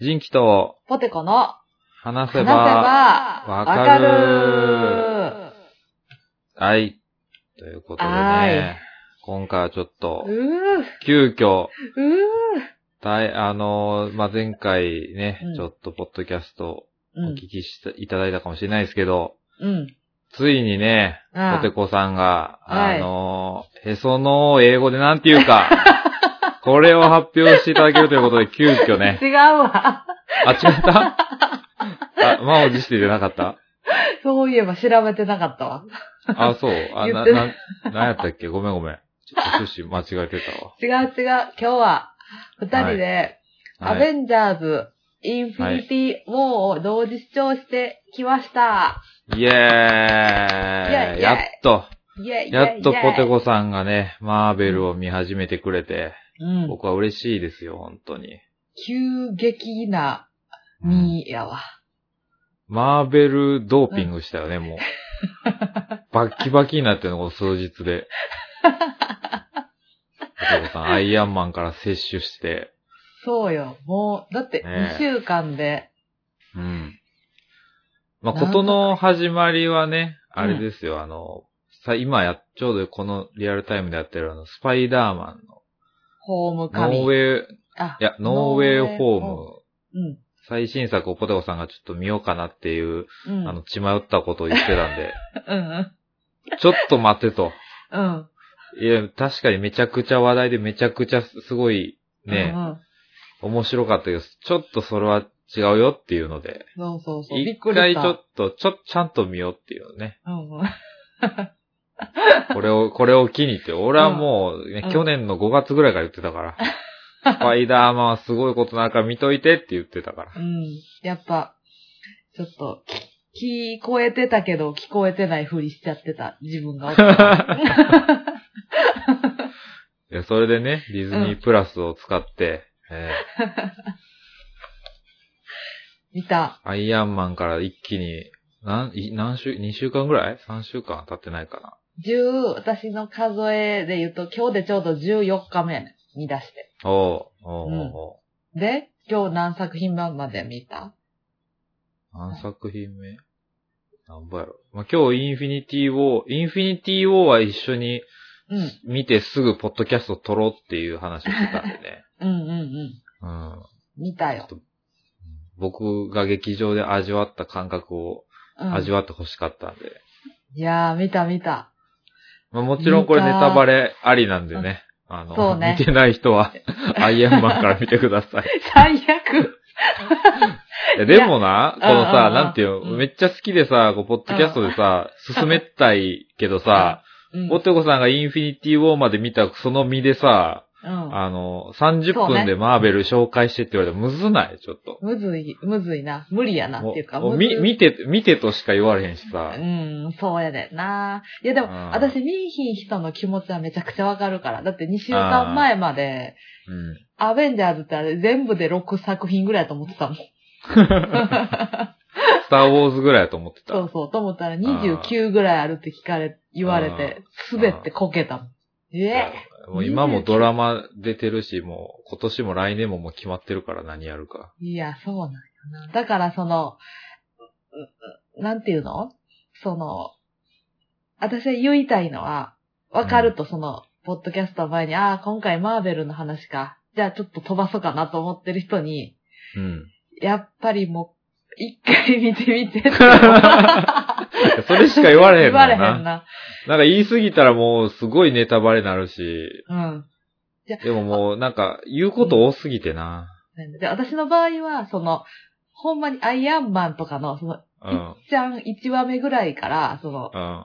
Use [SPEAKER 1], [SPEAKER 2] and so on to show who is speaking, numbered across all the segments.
[SPEAKER 1] 人気と
[SPEAKER 2] ポテコの
[SPEAKER 1] 話
[SPEAKER 2] 話
[SPEAKER 1] せ
[SPEAKER 2] せ
[SPEAKER 1] ば、
[SPEAKER 2] ば
[SPEAKER 1] わ
[SPEAKER 2] わ
[SPEAKER 1] かる
[SPEAKER 2] かる。
[SPEAKER 1] はい。ということで
[SPEAKER 2] は
[SPEAKER 1] ね、今回はちょっと
[SPEAKER 2] う、ー、
[SPEAKER 1] 急遽、
[SPEAKER 2] う
[SPEAKER 1] 大、あのーまあ、前回ね、
[SPEAKER 2] うん
[SPEAKER 1] ちょっとポッドキャスト
[SPEAKER 2] ー。う
[SPEAKER 1] お
[SPEAKER 2] ん。
[SPEAKER 1] 聞きしていただいたかもしれないですけど、
[SPEAKER 2] うん。
[SPEAKER 1] ついにね、
[SPEAKER 2] あ
[SPEAKER 1] ポ
[SPEAKER 2] あ
[SPEAKER 1] テコさんが、
[SPEAKER 2] は
[SPEAKER 1] あ
[SPEAKER 2] い
[SPEAKER 1] のーへその緒を英語でなんて言う か、これを発表していただけるということで、急遽ね。
[SPEAKER 2] 違うわ。
[SPEAKER 1] あ、違ったあ、満を持してじゃなかった
[SPEAKER 2] そういえば調べてなかったわ。
[SPEAKER 1] あ、そう。あ、
[SPEAKER 2] 言
[SPEAKER 1] な、
[SPEAKER 2] って
[SPEAKER 1] な、なんやったっけごめんごめん。ちょっと趣旨間違えてたわ。
[SPEAKER 2] 違う違う。今日は、二人で、ア
[SPEAKER 1] はい。
[SPEAKER 2] ベンジャーズ、インフィニティ・ウォーを同時視聴してきました。
[SPEAKER 1] イエー
[SPEAKER 2] イェイイェ
[SPEAKER 1] イ
[SPEAKER 2] イ
[SPEAKER 1] やっと、
[SPEAKER 2] イェイイェイイェイ
[SPEAKER 1] やっとポテ。コさんがね、マーベルを見始めてくれて、
[SPEAKER 2] うん。
[SPEAKER 1] 僕は嬉しいですよ、本当に。
[SPEAKER 2] 急激な、
[SPEAKER 1] うん
[SPEAKER 2] みーやわ。
[SPEAKER 1] マーベルドーピングしたよね、 もう。バッキバキになってるの、この数日で。 ポテコさん、アイアンマンから摂取して、
[SPEAKER 2] そうよ。もう、だって
[SPEAKER 1] ねえ
[SPEAKER 2] 2週間で、
[SPEAKER 1] うん。まあ、
[SPEAKER 2] なんだ
[SPEAKER 1] ことの始まりはね、
[SPEAKER 2] うん
[SPEAKER 1] あれですよ、あの、さ、今や、ちょうどこのリアルタイムでやってるあの、スパイダーマンの、
[SPEAKER 2] ホームカ
[SPEAKER 1] ノ
[SPEAKER 2] ミ
[SPEAKER 1] ー
[SPEAKER 2] ン
[SPEAKER 1] ウ
[SPEAKER 2] グ。
[SPEAKER 1] ェイ、
[SPEAKER 2] あ
[SPEAKER 1] い、や、ノーウェイホー
[SPEAKER 2] ノーウェイ
[SPEAKER 1] ム、
[SPEAKER 2] うん。
[SPEAKER 1] 最新作をポテコさんがちょっと見ようかなっていう、
[SPEAKER 2] うん。
[SPEAKER 1] あの、血迷ったことを言ってたんで、
[SPEAKER 2] うん。
[SPEAKER 1] ちょっと待ってと。
[SPEAKER 2] うん。
[SPEAKER 1] いや、確かにめちゃくちゃ話題でめちゃくちゃすごい、ね
[SPEAKER 2] う、ん。
[SPEAKER 1] 面白かったけど、ちょっとそれは違うよっていうので、
[SPEAKER 2] そうそうそう。び
[SPEAKER 1] 一
[SPEAKER 2] っくりし
[SPEAKER 1] 回ち
[SPEAKER 2] た。
[SPEAKER 1] ょっと、ちょ、ちゃんと見ようっていうね。
[SPEAKER 2] うんうん。
[SPEAKER 1] これを、これを機にって、俺はもう、ね
[SPEAKER 2] うん
[SPEAKER 1] 去年の5月ぐらいから言ってたから。スパイダーマンはすごいことなんか見といてって言ってたから。
[SPEAKER 2] うん。やっぱ、ちょっと、き聞こえてたけど、聞こえてないふりしちゃってた、自分がおった。
[SPEAKER 1] いやそれでね、ディズニープラスを使って、え
[SPEAKER 2] 見た。
[SPEAKER 1] ーアイアンマンから一気に、何、い何週、2週間ぐらい ?3 週間経ってないかな。
[SPEAKER 2] 10、私の数えで言うと、今日でちょうど14日目に出して。
[SPEAKER 1] おう、おう、おうお
[SPEAKER 2] で、今日何作品目まで見た
[SPEAKER 1] う、何作品目なんぼやろ。まあ、今日インフィニティウォー、インフィニティウォーは一緒に
[SPEAKER 2] うん。
[SPEAKER 1] 見てすぐポッドキャスト撮ろうっていう話をしてたんで ね。
[SPEAKER 2] うんうんうん。
[SPEAKER 1] うん。
[SPEAKER 2] 見たよ
[SPEAKER 1] ちょ。っと僕が劇場で味わった感覚を
[SPEAKER 2] うん、
[SPEAKER 1] 味わってほしかったんで。
[SPEAKER 2] いやー、見た見た。
[SPEAKER 1] まあ、もちろんこれネタバレありなんでね。あ
[SPEAKER 2] そ
[SPEAKER 1] の、
[SPEAKER 2] うね
[SPEAKER 1] 見てない人 は、アイアンマンから見てください。
[SPEAKER 2] 最悪。
[SPEAKER 1] いやでもな、この
[SPEAKER 2] うんうん
[SPEAKER 1] さ、
[SPEAKER 2] うん
[SPEAKER 1] なんていうの、めっちゃ好きでさ、こうポッドキャストでさ、進めたいけどさ、
[SPEAKER 2] うん。
[SPEAKER 1] おてこさんがインフィニティウォーまで見たその身でさ、
[SPEAKER 2] うん。
[SPEAKER 1] あの、30
[SPEAKER 2] そうね
[SPEAKER 1] 分でマーベル紹介してって言われたらむずないちょっと。
[SPEAKER 2] むずい、むずいな。無理やなっていうか。
[SPEAKER 1] もう
[SPEAKER 2] むず
[SPEAKER 1] み見て、見てとしか言われへんしさ
[SPEAKER 2] う。ん、そうやねんな。いやでも、
[SPEAKER 1] うん
[SPEAKER 2] 私、見いひん人の気持ちはめちゃくちゃわかるから。だって2週間前まで、
[SPEAKER 1] うん
[SPEAKER 2] アベンジャーズってあれ全部で6作品ぐらいやと思って たもん。
[SPEAKER 1] スターウォーズぐらいやと思ってた。
[SPEAKER 2] そうそう、と思ったら29ぐらいあるって聞かれ、言われて、すべてこけたもん。え
[SPEAKER 1] もう今もドラマ出てるし、もう今年も来年ももう決まってるから何やるか。
[SPEAKER 2] いや、そうなんやな。だからその、ううなんていうのその、私は言いたいのは、わかるとその、ポッドキャストの前に、ああ、今回マーベルの話か。じゃあちょっと飛ばそうかなと思ってる人に、
[SPEAKER 1] うん。
[SPEAKER 2] やっぱりもう、一回見てみ てって。
[SPEAKER 1] それしか言われへん
[SPEAKER 2] 言
[SPEAKER 1] も
[SPEAKER 2] わ
[SPEAKER 1] ん
[SPEAKER 2] れへ
[SPEAKER 1] な。
[SPEAKER 2] ん
[SPEAKER 1] なんか
[SPEAKER 2] な。
[SPEAKER 1] 言い過ぎたらもうすごいネタバレになるし、
[SPEAKER 2] うん。
[SPEAKER 1] でももうなんか言うこと多すぎてな。
[SPEAKER 2] で私の場合は、その、ほんまにアイアンマンとかの、その、
[SPEAKER 1] うん。
[SPEAKER 2] ちゃん1話目ぐらいから、その、
[SPEAKER 1] うん。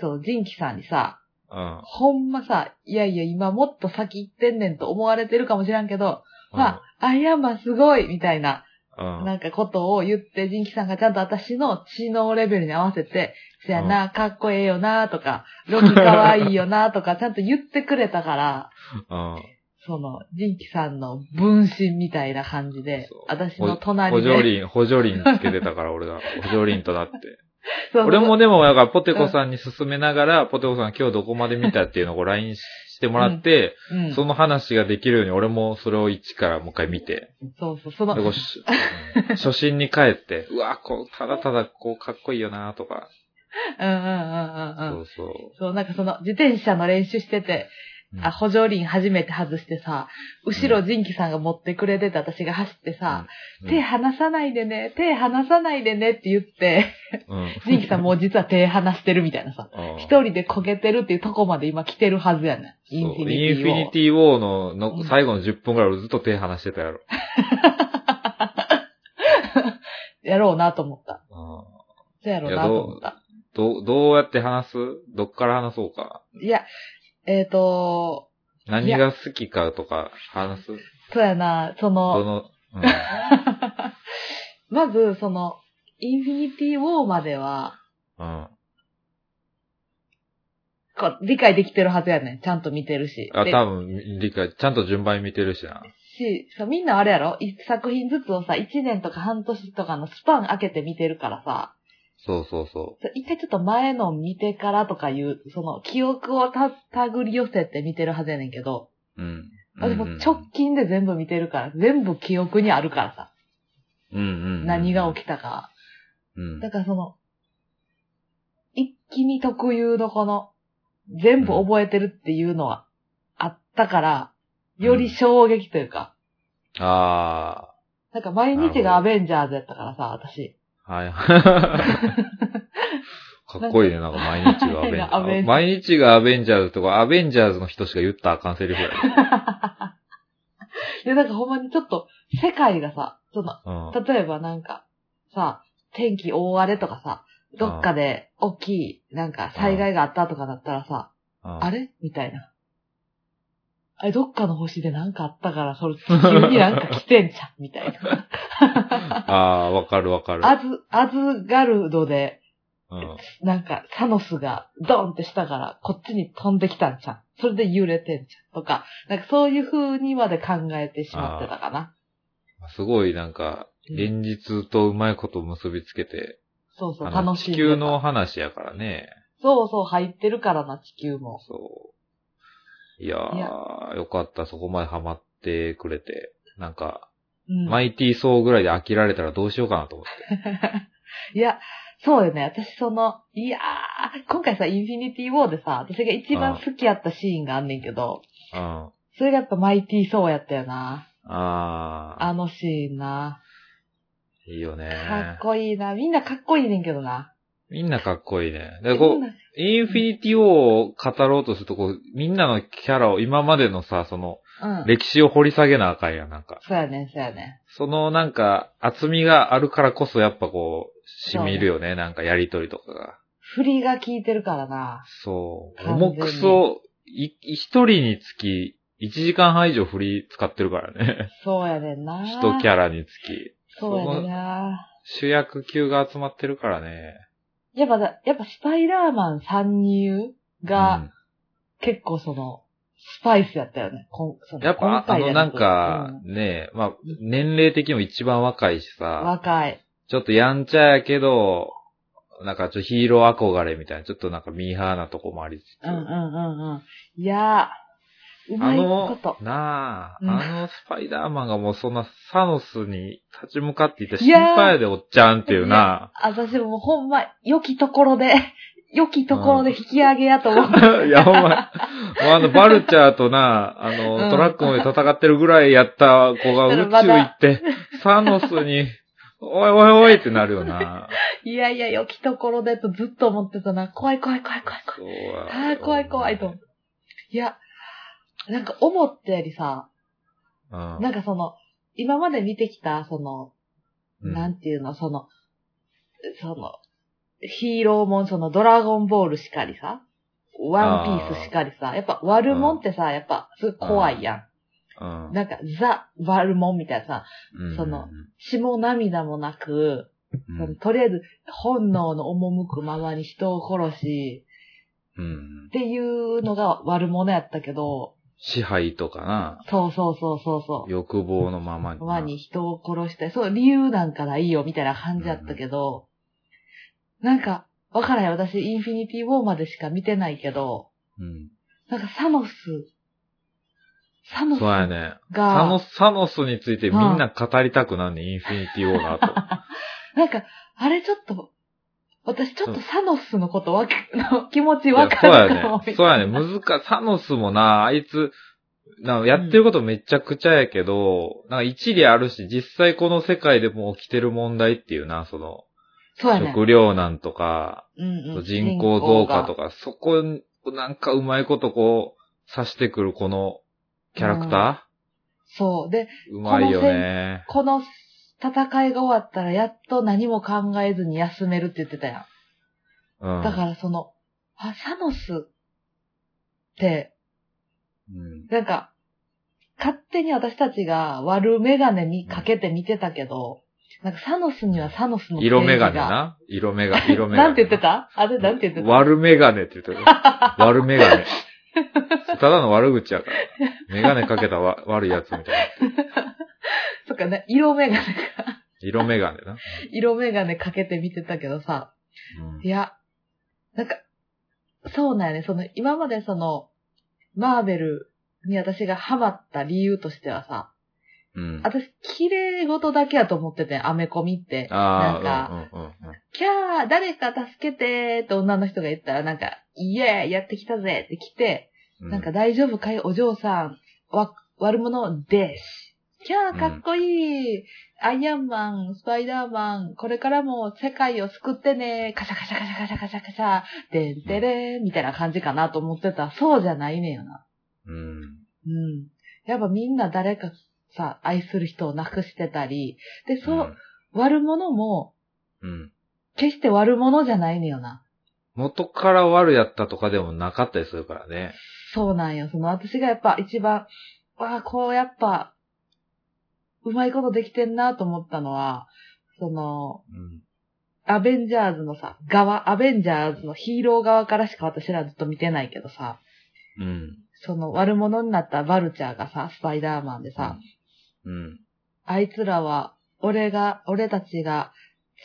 [SPEAKER 2] そう、ジンキさんにさ、
[SPEAKER 1] うん。
[SPEAKER 2] ほんまさ、いやいや、今もっと先行ってんねんと思われてるかもしらんけど、まあ、アイアンマンすごいみたいな、
[SPEAKER 1] うん。
[SPEAKER 2] なんかことを言って、ジンキさんがちゃんと私の知能レベルに合わせて、そやな、かっこええよな、とか、ロキかわいいよな、 とか、ちゃんと言ってくれたから、
[SPEAKER 1] うん。
[SPEAKER 2] その、ジンキさんの分身みたいな感じで
[SPEAKER 1] そう、
[SPEAKER 2] 私の
[SPEAKER 1] 補
[SPEAKER 2] 隣
[SPEAKER 1] 助
[SPEAKER 2] で、
[SPEAKER 1] 輪、補助輪つけてたから俺が、補助輪となって。
[SPEAKER 2] そう
[SPEAKER 1] 俺もでも、だから、ポテコさんに勧めながら、ポテコさん今日どこまで見たっていうのをこう LINE してもらって、
[SPEAKER 2] うん、
[SPEAKER 1] その話ができるように、俺もそれを一からもう一回見て、
[SPEAKER 2] そうそう、その
[SPEAKER 1] で、こう し初心に帰って、うわ、こう、ただただ、こう、かっこいいよなとか、
[SPEAKER 2] うんうんうんうん。
[SPEAKER 1] そううんそう。
[SPEAKER 2] そう、なんかその、自転車の練習してて、
[SPEAKER 1] うん
[SPEAKER 2] あ、補助輪初めて外してさ、後ろ仁紀さんが持ってくれてて、私が走ってさ、
[SPEAKER 1] うん
[SPEAKER 2] 手離さないでね、手離さないでねって 言って、
[SPEAKER 1] うん。
[SPEAKER 2] 仁紀さんもう実は手離してるみたいなさ、
[SPEAKER 1] うん
[SPEAKER 2] 一人でこけてるっていうとこまで今来てるはずやねん。インフィニ
[SPEAKER 1] インフィニ
[SPEAKER 2] ティ
[SPEAKER 1] ティウォーの
[SPEAKER 2] う
[SPEAKER 1] の
[SPEAKER 2] ん
[SPEAKER 1] 最後の10分ぐらい俺ずっと手離してたやろ。
[SPEAKER 2] を。やろうなと思った。
[SPEAKER 1] う
[SPEAKER 2] そうやろうなと思った。
[SPEAKER 1] んどう、どうやって話すどっから話そうか。
[SPEAKER 2] いや、えっ、と、
[SPEAKER 1] 何が好きかとか話す
[SPEAKER 2] そうやな、そ
[SPEAKER 1] ど
[SPEAKER 2] の、
[SPEAKER 1] の、 うん。
[SPEAKER 2] まず、その、インフィニティウォーまでは、
[SPEAKER 1] うん。
[SPEAKER 2] こう理解できてるはずやねん。ちゃんと見てるし。
[SPEAKER 1] あ、
[SPEAKER 2] で
[SPEAKER 1] 多分、理解、ちゃんと順番に見てるしな。
[SPEAKER 2] し、そうみんなあれやろ一作品ずつをさ、一年とか半年とかのスパン開けて見てるからさ、
[SPEAKER 1] そうそうそ
[SPEAKER 2] そう一回ちょっと前の見てからとかいう、その記憶をた、たぐり寄せて見てるはずやねんけど、
[SPEAKER 1] う。うん。
[SPEAKER 2] 私も
[SPEAKER 1] うんうん
[SPEAKER 2] 直近で全部見てるから、全部記憶にあるからさ、
[SPEAKER 1] うんうんうん。
[SPEAKER 2] 何が
[SPEAKER 1] き
[SPEAKER 2] 起きたか。
[SPEAKER 1] うん。
[SPEAKER 2] だからその、一気に特有のこの、全部覚えてるっていうのはあったから、より衝撃というか、
[SPEAKER 1] あ
[SPEAKER 2] なんか毎
[SPEAKER 1] なるほ
[SPEAKER 2] 日
[SPEAKER 1] ど
[SPEAKER 2] がアベンジャーズやったからさ、私。
[SPEAKER 1] あ。はい。 かっこいいね、なんか毎日がアベンジャ
[SPEAKER 2] アベン
[SPEAKER 1] ーズ。毎日がアベンジャーズとか、アベンジャーズの人しか言ったらあかんセリフや。
[SPEAKER 2] いや、なんかほんまにちょっと、世界がさ、その、
[SPEAKER 1] うん。
[SPEAKER 2] 例えばなんか、さ、天気大荒れとかさ、どっかで大きい、なんか災害があったとかだったらさ、
[SPEAKER 1] あ
[SPEAKER 2] あれみたいな。あれ、どっかの星でなんかあったから、それ、地球になんか来てんじゃ ん、みたいな。
[SPEAKER 1] あー、わかるわかる。
[SPEAKER 2] アズ、アズガルドで、
[SPEAKER 1] うん。
[SPEAKER 2] なんか、サノスがドンってしたから、こっちに飛んできたんじゃん。それで揺れてんじゃん。とか、なんかそういう風にまで考えてしまってたかな。
[SPEAKER 1] すごいなんか、現実とうまいこと結びつけて、
[SPEAKER 2] そうそう、
[SPEAKER 1] あの
[SPEAKER 2] 楽しい。
[SPEAKER 1] 地球の話やからね。
[SPEAKER 2] そうそう、入ってるからな、地球も。
[SPEAKER 1] そう。いやー
[SPEAKER 2] いや
[SPEAKER 1] よかった、そこまでハマってくれて。なんか、
[SPEAKER 2] うん。
[SPEAKER 1] マイティーソーぐらいで飽きられたらどうしようかなと思って。
[SPEAKER 2] いや、そうよね。私その、いやー、今回さ、インフィニティウォーでさ、私が一番好きやったシーンがあんねんけど、
[SPEAKER 1] うん。あ
[SPEAKER 2] それがやっぱマイティーソーやったよな。あ
[SPEAKER 1] あ
[SPEAKER 2] のシーンな。
[SPEAKER 1] ー、いいよ
[SPEAKER 2] かっ
[SPEAKER 1] ね。
[SPEAKER 2] こいいな。みんなかっこいいねんけどな。
[SPEAKER 1] みんなかっこいいね。
[SPEAKER 2] み
[SPEAKER 1] で、こ
[SPEAKER 2] ん
[SPEAKER 1] う、
[SPEAKER 2] な
[SPEAKER 1] インフィニティ王を語ろうとすると、こう、みんなのキャラを今までのさ、その、
[SPEAKER 2] うん。
[SPEAKER 1] 歴史を掘り下げなあかんやん、なんか。
[SPEAKER 2] そうやねん、そうやね
[SPEAKER 1] そのなんか、厚みがあるからこそやっぱこう、染みるよね、なんかやりとりとかが。
[SPEAKER 2] ん。振りが効いてるからな。
[SPEAKER 1] そう。
[SPEAKER 2] 完全
[SPEAKER 1] 重
[SPEAKER 2] に
[SPEAKER 1] くそ、い一人につき、1時間半以上振り使ってるからね。
[SPEAKER 2] そうやねんな。
[SPEAKER 1] 一キャラにつき。
[SPEAKER 2] そうやねんな。
[SPEAKER 1] 主役級が集まってるからね。
[SPEAKER 2] やっぱだ、やっぱスパイダーマン参入が、
[SPEAKER 1] うん
[SPEAKER 2] 結構その、スパイスやったよね。こんその
[SPEAKER 1] やっぱ
[SPEAKER 2] 今
[SPEAKER 1] あ
[SPEAKER 2] 回じ
[SPEAKER 1] の
[SPEAKER 2] ゃ
[SPEAKER 1] な
[SPEAKER 2] なんく
[SPEAKER 1] か、ね、まあ、年齢的にも一番若いし
[SPEAKER 2] うん
[SPEAKER 1] さ、
[SPEAKER 2] 若い。
[SPEAKER 1] ちょっとやんちゃやけど、なんかちょっとヒーロー憧れみたいな、ちょっとなんかミーハーなとこもありつつ。
[SPEAKER 2] うんうんうんうん。いやー、う
[SPEAKER 1] あ
[SPEAKER 2] まいこ
[SPEAKER 1] の
[SPEAKER 2] と、。
[SPEAKER 1] なあ、
[SPEAKER 2] うん
[SPEAKER 1] あのスパイダーマンがもうそんなサノスに立ち向かっていたら
[SPEAKER 2] い
[SPEAKER 1] 心
[SPEAKER 2] やー
[SPEAKER 1] 配やでおっちゃんっていうな。
[SPEAKER 2] 私もほんま、良きところで、 良きところで引き上げやと思 う。
[SPEAKER 1] いや、お前、もうあの、バルチャーとな、あの、
[SPEAKER 2] うん
[SPEAKER 1] トラックの上で戦ってるぐらいやった子が宇宙
[SPEAKER 2] だから まだ
[SPEAKER 1] 行って、サノスに、おいおいおいってなるよな。
[SPEAKER 2] いやいや、良きところでとずっと思ってたな。怖い怖い怖い怖い怖い。
[SPEAKER 1] そう
[SPEAKER 2] ああー、怖い怖いと思う。いや、なんか思ったよりさ、
[SPEAKER 1] うん。
[SPEAKER 2] なんかその、今まで見てきた、その、
[SPEAKER 1] うん
[SPEAKER 2] なんていうの、その、その、ヒーローもん、その、ドラゴンボールしかりさ、ワンピースしかりさ、やっぱ悪もんってさ、やっぱ、すごい怖いや
[SPEAKER 1] うん
[SPEAKER 2] ん。なんか、ザ・悪もんみたいなさ、
[SPEAKER 1] うん
[SPEAKER 2] その、血も涙もなく、
[SPEAKER 1] うん
[SPEAKER 2] そのとりあえず、本能の赴くままに人を殺し、
[SPEAKER 1] うん
[SPEAKER 2] っていうのが悪者やったけど、
[SPEAKER 1] 支配とかな、
[SPEAKER 2] そうそうそうそうそう。
[SPEAKER 1] 欲望のままにな。
[SPEAKER 2] まに人を殺したり、そう、理由なんかないよ、みたいな感じだったけど、なんか、わからへん。私、インフィニティウォーまでしか見てないけど、
[SPEAKER 1] うん。
[SPEAKER 2] なんかサノス、サノス
[SPEAKER 1] そうや
[SPEAKER 2] が、
[SPEAKER 1] ね。サノス、サノスについてみんな語りたくなんねん、インフィニティウォーの後。
[SPEAKER 2] なんか、あれちょっと、私ちょっとサノスのことわか、 の気持ち
[SPEAKER 1] いや
[SPEAKER 2] わかるかも
[SPEAKER 1] そうやね。そうやね。難か、サノスもな、あいつ、なやってることめちゃくちゃやけど、なんか一理あるし、実際この世界でも起きてる問題っていうな、その、
[SPEAKER 2] そうやね。
[SPEAKER 1] 食糧難とか、
[SPEAKER 2] うんうん、
[SPEAKER 1] 人口増加と
[SPEAKER 2] か。
[SPEAKER 1] か、そこをなんかうまいことこう、刺してくるこのキャラクタ
[SPEAKER 2] そう。で、
[SPEAKER 1] ー、うまいよね。
[SPEAKER 2] この戦いが終わったらやっと何も考えずに休めるって言ってたや。
[SPEAKER 1] うんん。
[SPEAKER 2] だからその、あ、サノスって、
[SPEAKER 1] うん。
[SPEAKER 2] なんか、勝手に私たちが悪メガネにかけて見てたけど、なんかサノスにはサノスの
[SPEAKER 1] 色眼鏡
[SPEAKER 2] が。
[SPEAKER 1] な。色眼 鏡、色眼鏡。
[SPEAKER 2] なんて言ってたあれなんて言ってた
[SPEAKER 1] 悪メガネって言って た。悪メガネ。ただの悪口やから。メガネかけたわ 悪いやつみたいな。
[SPEAKER 2] そっかね、色眼鏡、
[SPEAKER 1] 色メガネな。
[SPEAKER 2] 色眼鏡かけて見てたけどさ、いや、なんか、そうなんやね、その、今までその、マーベルに私がハマった理由としてはさ、
[SPEAKER 1] うん。うん、
[SPEAKER 2] 私、綺麗事だけやと思ってて、アメコミって。なんか、
[SPEAKER 1] あー、うんうんうんうん。
[SPEAKER 2] キャー、誰か助けてーって女の人が言ったら、なんか、イエーイやってきたぜって来て、
[SPEAKER 1] う
[SPEAKER 2] なんか大丈夫かいお嬢さん。わ、悪者です。キャー、かっこいい、アイアンマン、スパイダーマン、これからも世界を救ってねカシャカシャカシャカシャカシャカシャ、でんてれー、みたいな感じかなと思ってた。そうじゃないねんよな。
[SPEAKER 1] うん。
[SPEAKER 2] うん。やっぱみんな誰かさ、愛する人を亡くしてたり、で、そう、
[SPEAKER 1] うん。
[SPEAKER 2] 悪者も、
[SPEAKER 1] うん。
[SPEAKER 2] 決して悪者じゃないねんよな。
[SPEAKER 1] 元から悪やったとかでもなかったりするからね。
[SPEAKER 2] そうなんよ。その私がやっぱ一番、わあ、こうやっぱ、うまいことできてんなと思ったのは、その、
[SPEAKER 1] うん。
[SPEAKER 2] アベンジャーズのさ、側、アベンジャーズのヒーロー側からしか私らずっと見てないけどさ、
[SPEAKER 1] うん。
[SPEAKER 2] その悪者になったバルチャーがさ、スパイダーマンでさ、
[SPEAKER 1] うん。
[SPEAKER 2] あいつらは、俺が、俺たちが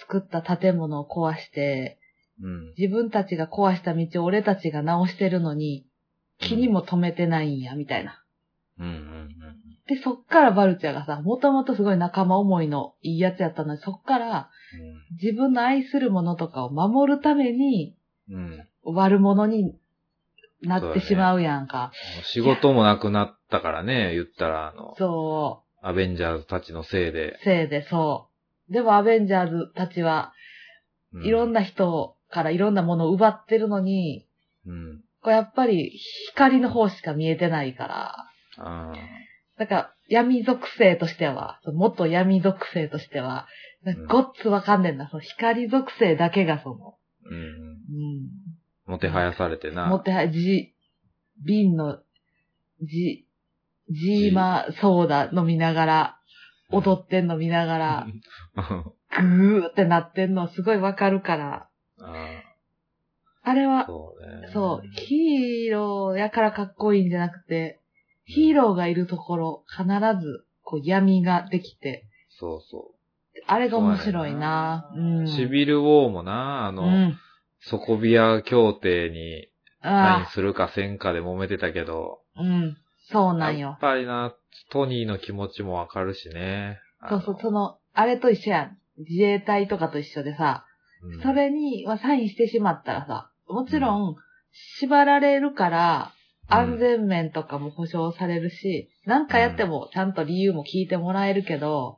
[SPEAKER 2] 作った建物を壊して、
[SPEAKER 1] うん。
[SPEAKER 2] 自分たちが壊した道を俺たちが直してるのに、気にも留めてないんや、みたいな。
[SPEAKER 1] うん。うん。
[SPEAKER 2] で、そっからバルチャーがさ、もともとすごい仲間思いのいいやつやったのに、そっから自分の愛するものとかを守るために
[SPEAKER 1] うん。うん。うん。も
[SPEAKER 2] 悪者にな
[SPEAKER 1] そう
[SPEAKER 2] っ
[SPEAKER 1] だ
[SPEAKER 2] て
[SPEAKER 1] ね
[SPEAKER 2] しまうやんか。
[SPEAKER 1] う仕事もなくなったからね、言ったら、あの、
[SPEAKER 2] そ
[SPEAKER 1] アベンジャーズたちのせいで
[SPEAKER 2] う。。せいでそう。でもアベンジャーズたちは、
[SPEAKER 1] う
[SPEAKER 2] いろん。な人からいろんなものを奪ってるのに、
[SPEAKER 1] うん。
[SPEAKER 2] こうやっぱり光の方しか見えてないから。
[SPEAKER 1] ああ。
[SPEAKER 2] だから、闇属性としては、その元闇属性としては、なんかごっつわかんねんな。その光属性だけがその、
[SPEAKER 1] うん。
[SPEAKER 2] うん。
[SPEAKER 1] もてはやされてな。
[SPEAKER 2] もっては、じ、瓶の、じ、ジーマソーダ飲みながら、踊ってんの見な がら、
[SPEAKER 1] うん
[SPEAKER 2] グーってなってんのすごいわかるから。
[SPEAKER 1] あ
[SPEAKER 2] あれ
[SPEAKER 1] ー
[SPEAKER 2] は、
[SPEAKER 1] そうね。
[SPEAKER 2] そう、ヒーローやからかっこいいんじゃなくて、ヒーローがいるところ、必ず、こう闇ができて、
[SPEAKER 1] そうそ
[SPEAKER 2] あれが面白いな
[SPEAKER 1] そううやねん
[SPEAKER 2] ん。
[SPEAKER 1] なシビルウォーもな、あ
[SPEAKER 2] う
[SPEAKER 1] の、
[SPEAKER 2] ん。
[SPEAKER 1] ソコビア協定に何
[SPEAKER 2] あ
[SPEAKER 1] するかせんかで揉めてたけど、
[SPEAKER 2] あ、うん。そうなん
[SPEAKER 1] や
[SPEAKER 2] よ
[SPEAKER 1] っ。ぱりな、トニーの気持ちもわかるしね。あ
[SPEAKER 2] そう
[SPEAKER 1] の
[SPEAKER 2] そう、その、あれと一緒やん。自衛隊とかと一緒でさ、
[SPEAKER 1] うん
[SPEAKER 2] それに、まあ、サインしてしまったらさ、もちろん、縛られるから、安全面とかも保証されるし、何かやってもちゃんと理由も聞いてもらえるけど、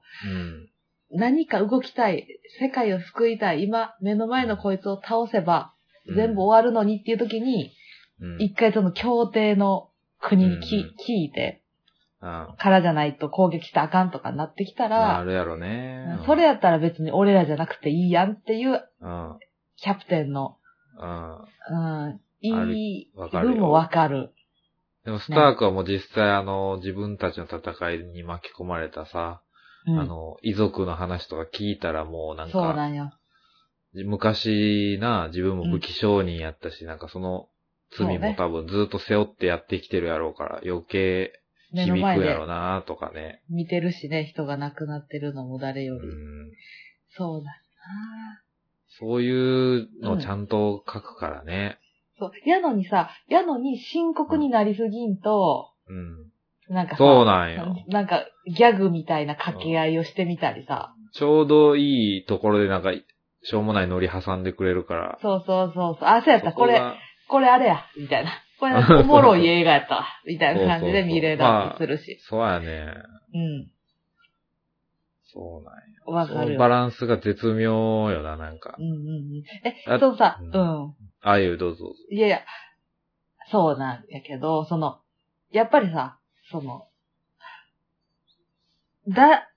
[SPEAKER 1] うん。
[SPEAKER 2] 何か動きたい、世界を救いたい、今、目の前のこいつを倒せば、
[SPEAKER 1] うん
[SPEAKER 2] 全部終わるのにっていう時に、
[SPEAKER 1] うん。
[SPEAKER 2] 一回その協定の国にき
[SPEAKER 1] うん
[SPEAKER 2] 聞いて、
[SPEAKER 1] あ
[SPEAKER 2] からじゃないと攻撃したらあかんとかなってきた
[SPEAKER 1] な
[SPEAKER 2] ら、
[SPEAKER 1] るやろね。うん
[SPEAKER 2] それ、やったら別に俺らじゃなくていいやんっていう
[SPEAKER 1] うん。うん。
[SPEAKER 2] キャプテンのうん
[SPEAKER 1] ある
[SPEAKER 2] いい
[SPEAKER 1] わかるよ
[SPEAKER 2] 分もわかる。
[SPEAKER 1] でも、スタークはもう実際あの、自分たちの戦いに巻き込まれたさ、
[SPEAKER 2] うん
[SPEAKER 1] あの、遺族の話とか聞いたらもうなんか、
[SPEAKER 2] そうなんよ。
[SPEAKER 1] 昔な、自分も武器商人やったし、なんかその罪も多分ずっと背負ってやってきてるやろうから、余計
[SPEAKER 2] 目
[SPEAKER 1] 響
[SPEAKER 2] の前
[SPEAKER 1] くや
[SPEAKER 2] で
[SPEAKER 1] ろうなとかね。
[SPEAKER 2] 見てるしね、人が亡くなってるのも誰
[SPEAKER 1] う
[SPEAKER 2] より。
[SPEAKER 1] ん。
[SPEAKER 2] そうだな
[SPEAKER 1] そういうのをちゃんと書くからね。
[SPEAKER 2] そう。やのにさ、やのに深刻になりすぎんと、
[SPEAKER 1] うん。
[SPEAKER 2] なんかさ
[SPEAKER 1] そうなんよ。
[SPEAKER 2] なんか、ギャグみたいな掛け合いをしてみたりさ。
[SPEAKER 1] ちょうどいいところでなんか、しょうもないノリ挟んでくれるから。
[SPEAKER 2] そうそうそうそう。あ、そうやった。
[SPEAKER 1] そ
[SPEAKER 2] これ、
[SPEAKER 1] が
[SPEAKER 2] これあれや。みたいな。これ
[SPEAKER 1] そうそう
[SPEAKER 2] おもろい映画やったわ。みたいな感じで見れたりするし。
[SPEAKER 1] そうやね。
[SPEAKER 2] うん。
[SPEAKER 1] そうなんよ
[SPEAKER 2] わか
[SPEAKER 1] そ
[SPEAKER 2] る
[SPEAKER 1] の
[SPEAKER 2] よ。
[SPEAKER 1] バランスが絶妙よな、なんか
[SPEAKER 2] うん。うんうん。
[SPEAKER 1] あ
[SPEAKER 2] え、そのさ、
[SPEAKER 1] う
[SPEAKER 2] うんん。
[SPEAKER 1] ああいう、どうぞどうぞ。
[SPEAKER 2] いやいや、そうなんやけど、その、やっぱりさ、その、だ、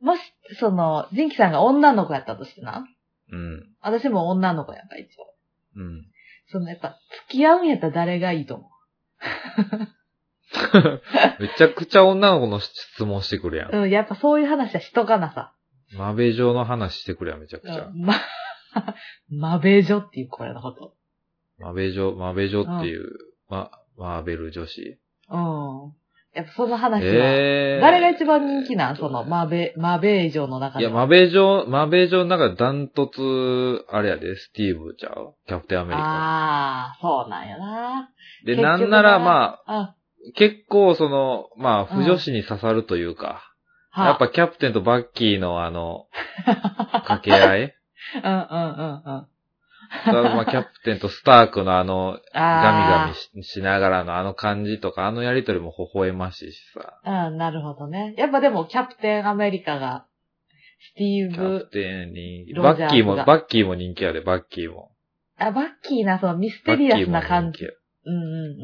[SPEAKER 2] もし、その、ジンキさんが女の子やったとしてな。
[SPEAKER 1] うん。
[SPEAKER 2] 私も女の子やんか、一応。
[SPEAKER 1] うん。
[SPEAKER 2] その、やっぱ、付き合うんやったら誰がいいと思
[SPEAKER 1] めちゃくちゃ女の子の質問してくるやん
[SPEAKER 2] う。。うん、やっぱそういう話はしとかなさ。
[SPEAKER 1] マベ状の話してくるやん、めちゃくちゃ
[SPEAKER 2] う。んま、 マベジョっていう声のこと。
[SPEAKER 1] マベ状、マベ状っていう、ま、マーベル女子。
[SPEAKER 2] うん。やっぱその話は、
[SPEAKER 1] ええー。
[SPEAKER 2] 誰が一番人気なんその、マベ、マベージョの中
[SPEAKER 1] い
[SPEAKER 2] で。
[SPEAKER 1] や、マベ状、マベ状の中でダントツ、あれやで、スティーブちゃうキャプテンアメリカ。
[SPEAKER 2] ああ、そうなんやな。
[SPEAKER 1] で、
[SPEAKER 2] 結局
[SPEAKER 1] な
[SPEAKER 2] なん
[SPEAKER 1] なら、ま
[SPEAKER 2] あ、は
[SPEAKER 1] あ、結構その、まあ、不女子に刺さるというか、やっぱキャプテンとバッキーのあの、 掛け合い
[SPEAKER 2] うんうんうんうん。
[SPEAKER 1] だからまあキャプテンとスタークのあの、ガミガ
[SPEAKER 2] あ
[SPEAKER 1] ミししながらのあの感じとか、あのやりとりも微笑ましいしさ。
[SPEAKER 2] あ。うん、なるほどね。やっぱでも、キャプテンアメリカが、スティ
[SPEAKER 1] キャ
[SPEAKER 2] ー
[SPEAKER 1] プ
[SPEAKER 2] ブ、
[SPEAKER 1] テン人気。
[SPEAKER 2] ロ
[SPEAKER 1] バ
[SPEAKER 2] ジャ
[SPEAKER 1] ッ
[SPEAKER 2] ーズが
[SPEAKER 1] キーも、バッキーも人気やで、バッキーも。
[SPEAKER 2] あ、バッキーな、そのミス
[SPEAKER 1] バ
[SPEAKER 2] テ
[SPEAKER 1] ッキ
[SPEAKER 2] リアス
[SPEAKER 1] ーも
[SPEAKER 2] な
[SPEAKER 1] 人
[SPEAKER 2] 感
[SPEAKER 1] 気
[SPEAKER 2] じ。
[SPEAKER 1] や。
[SPEAKER 2] うんうんうん。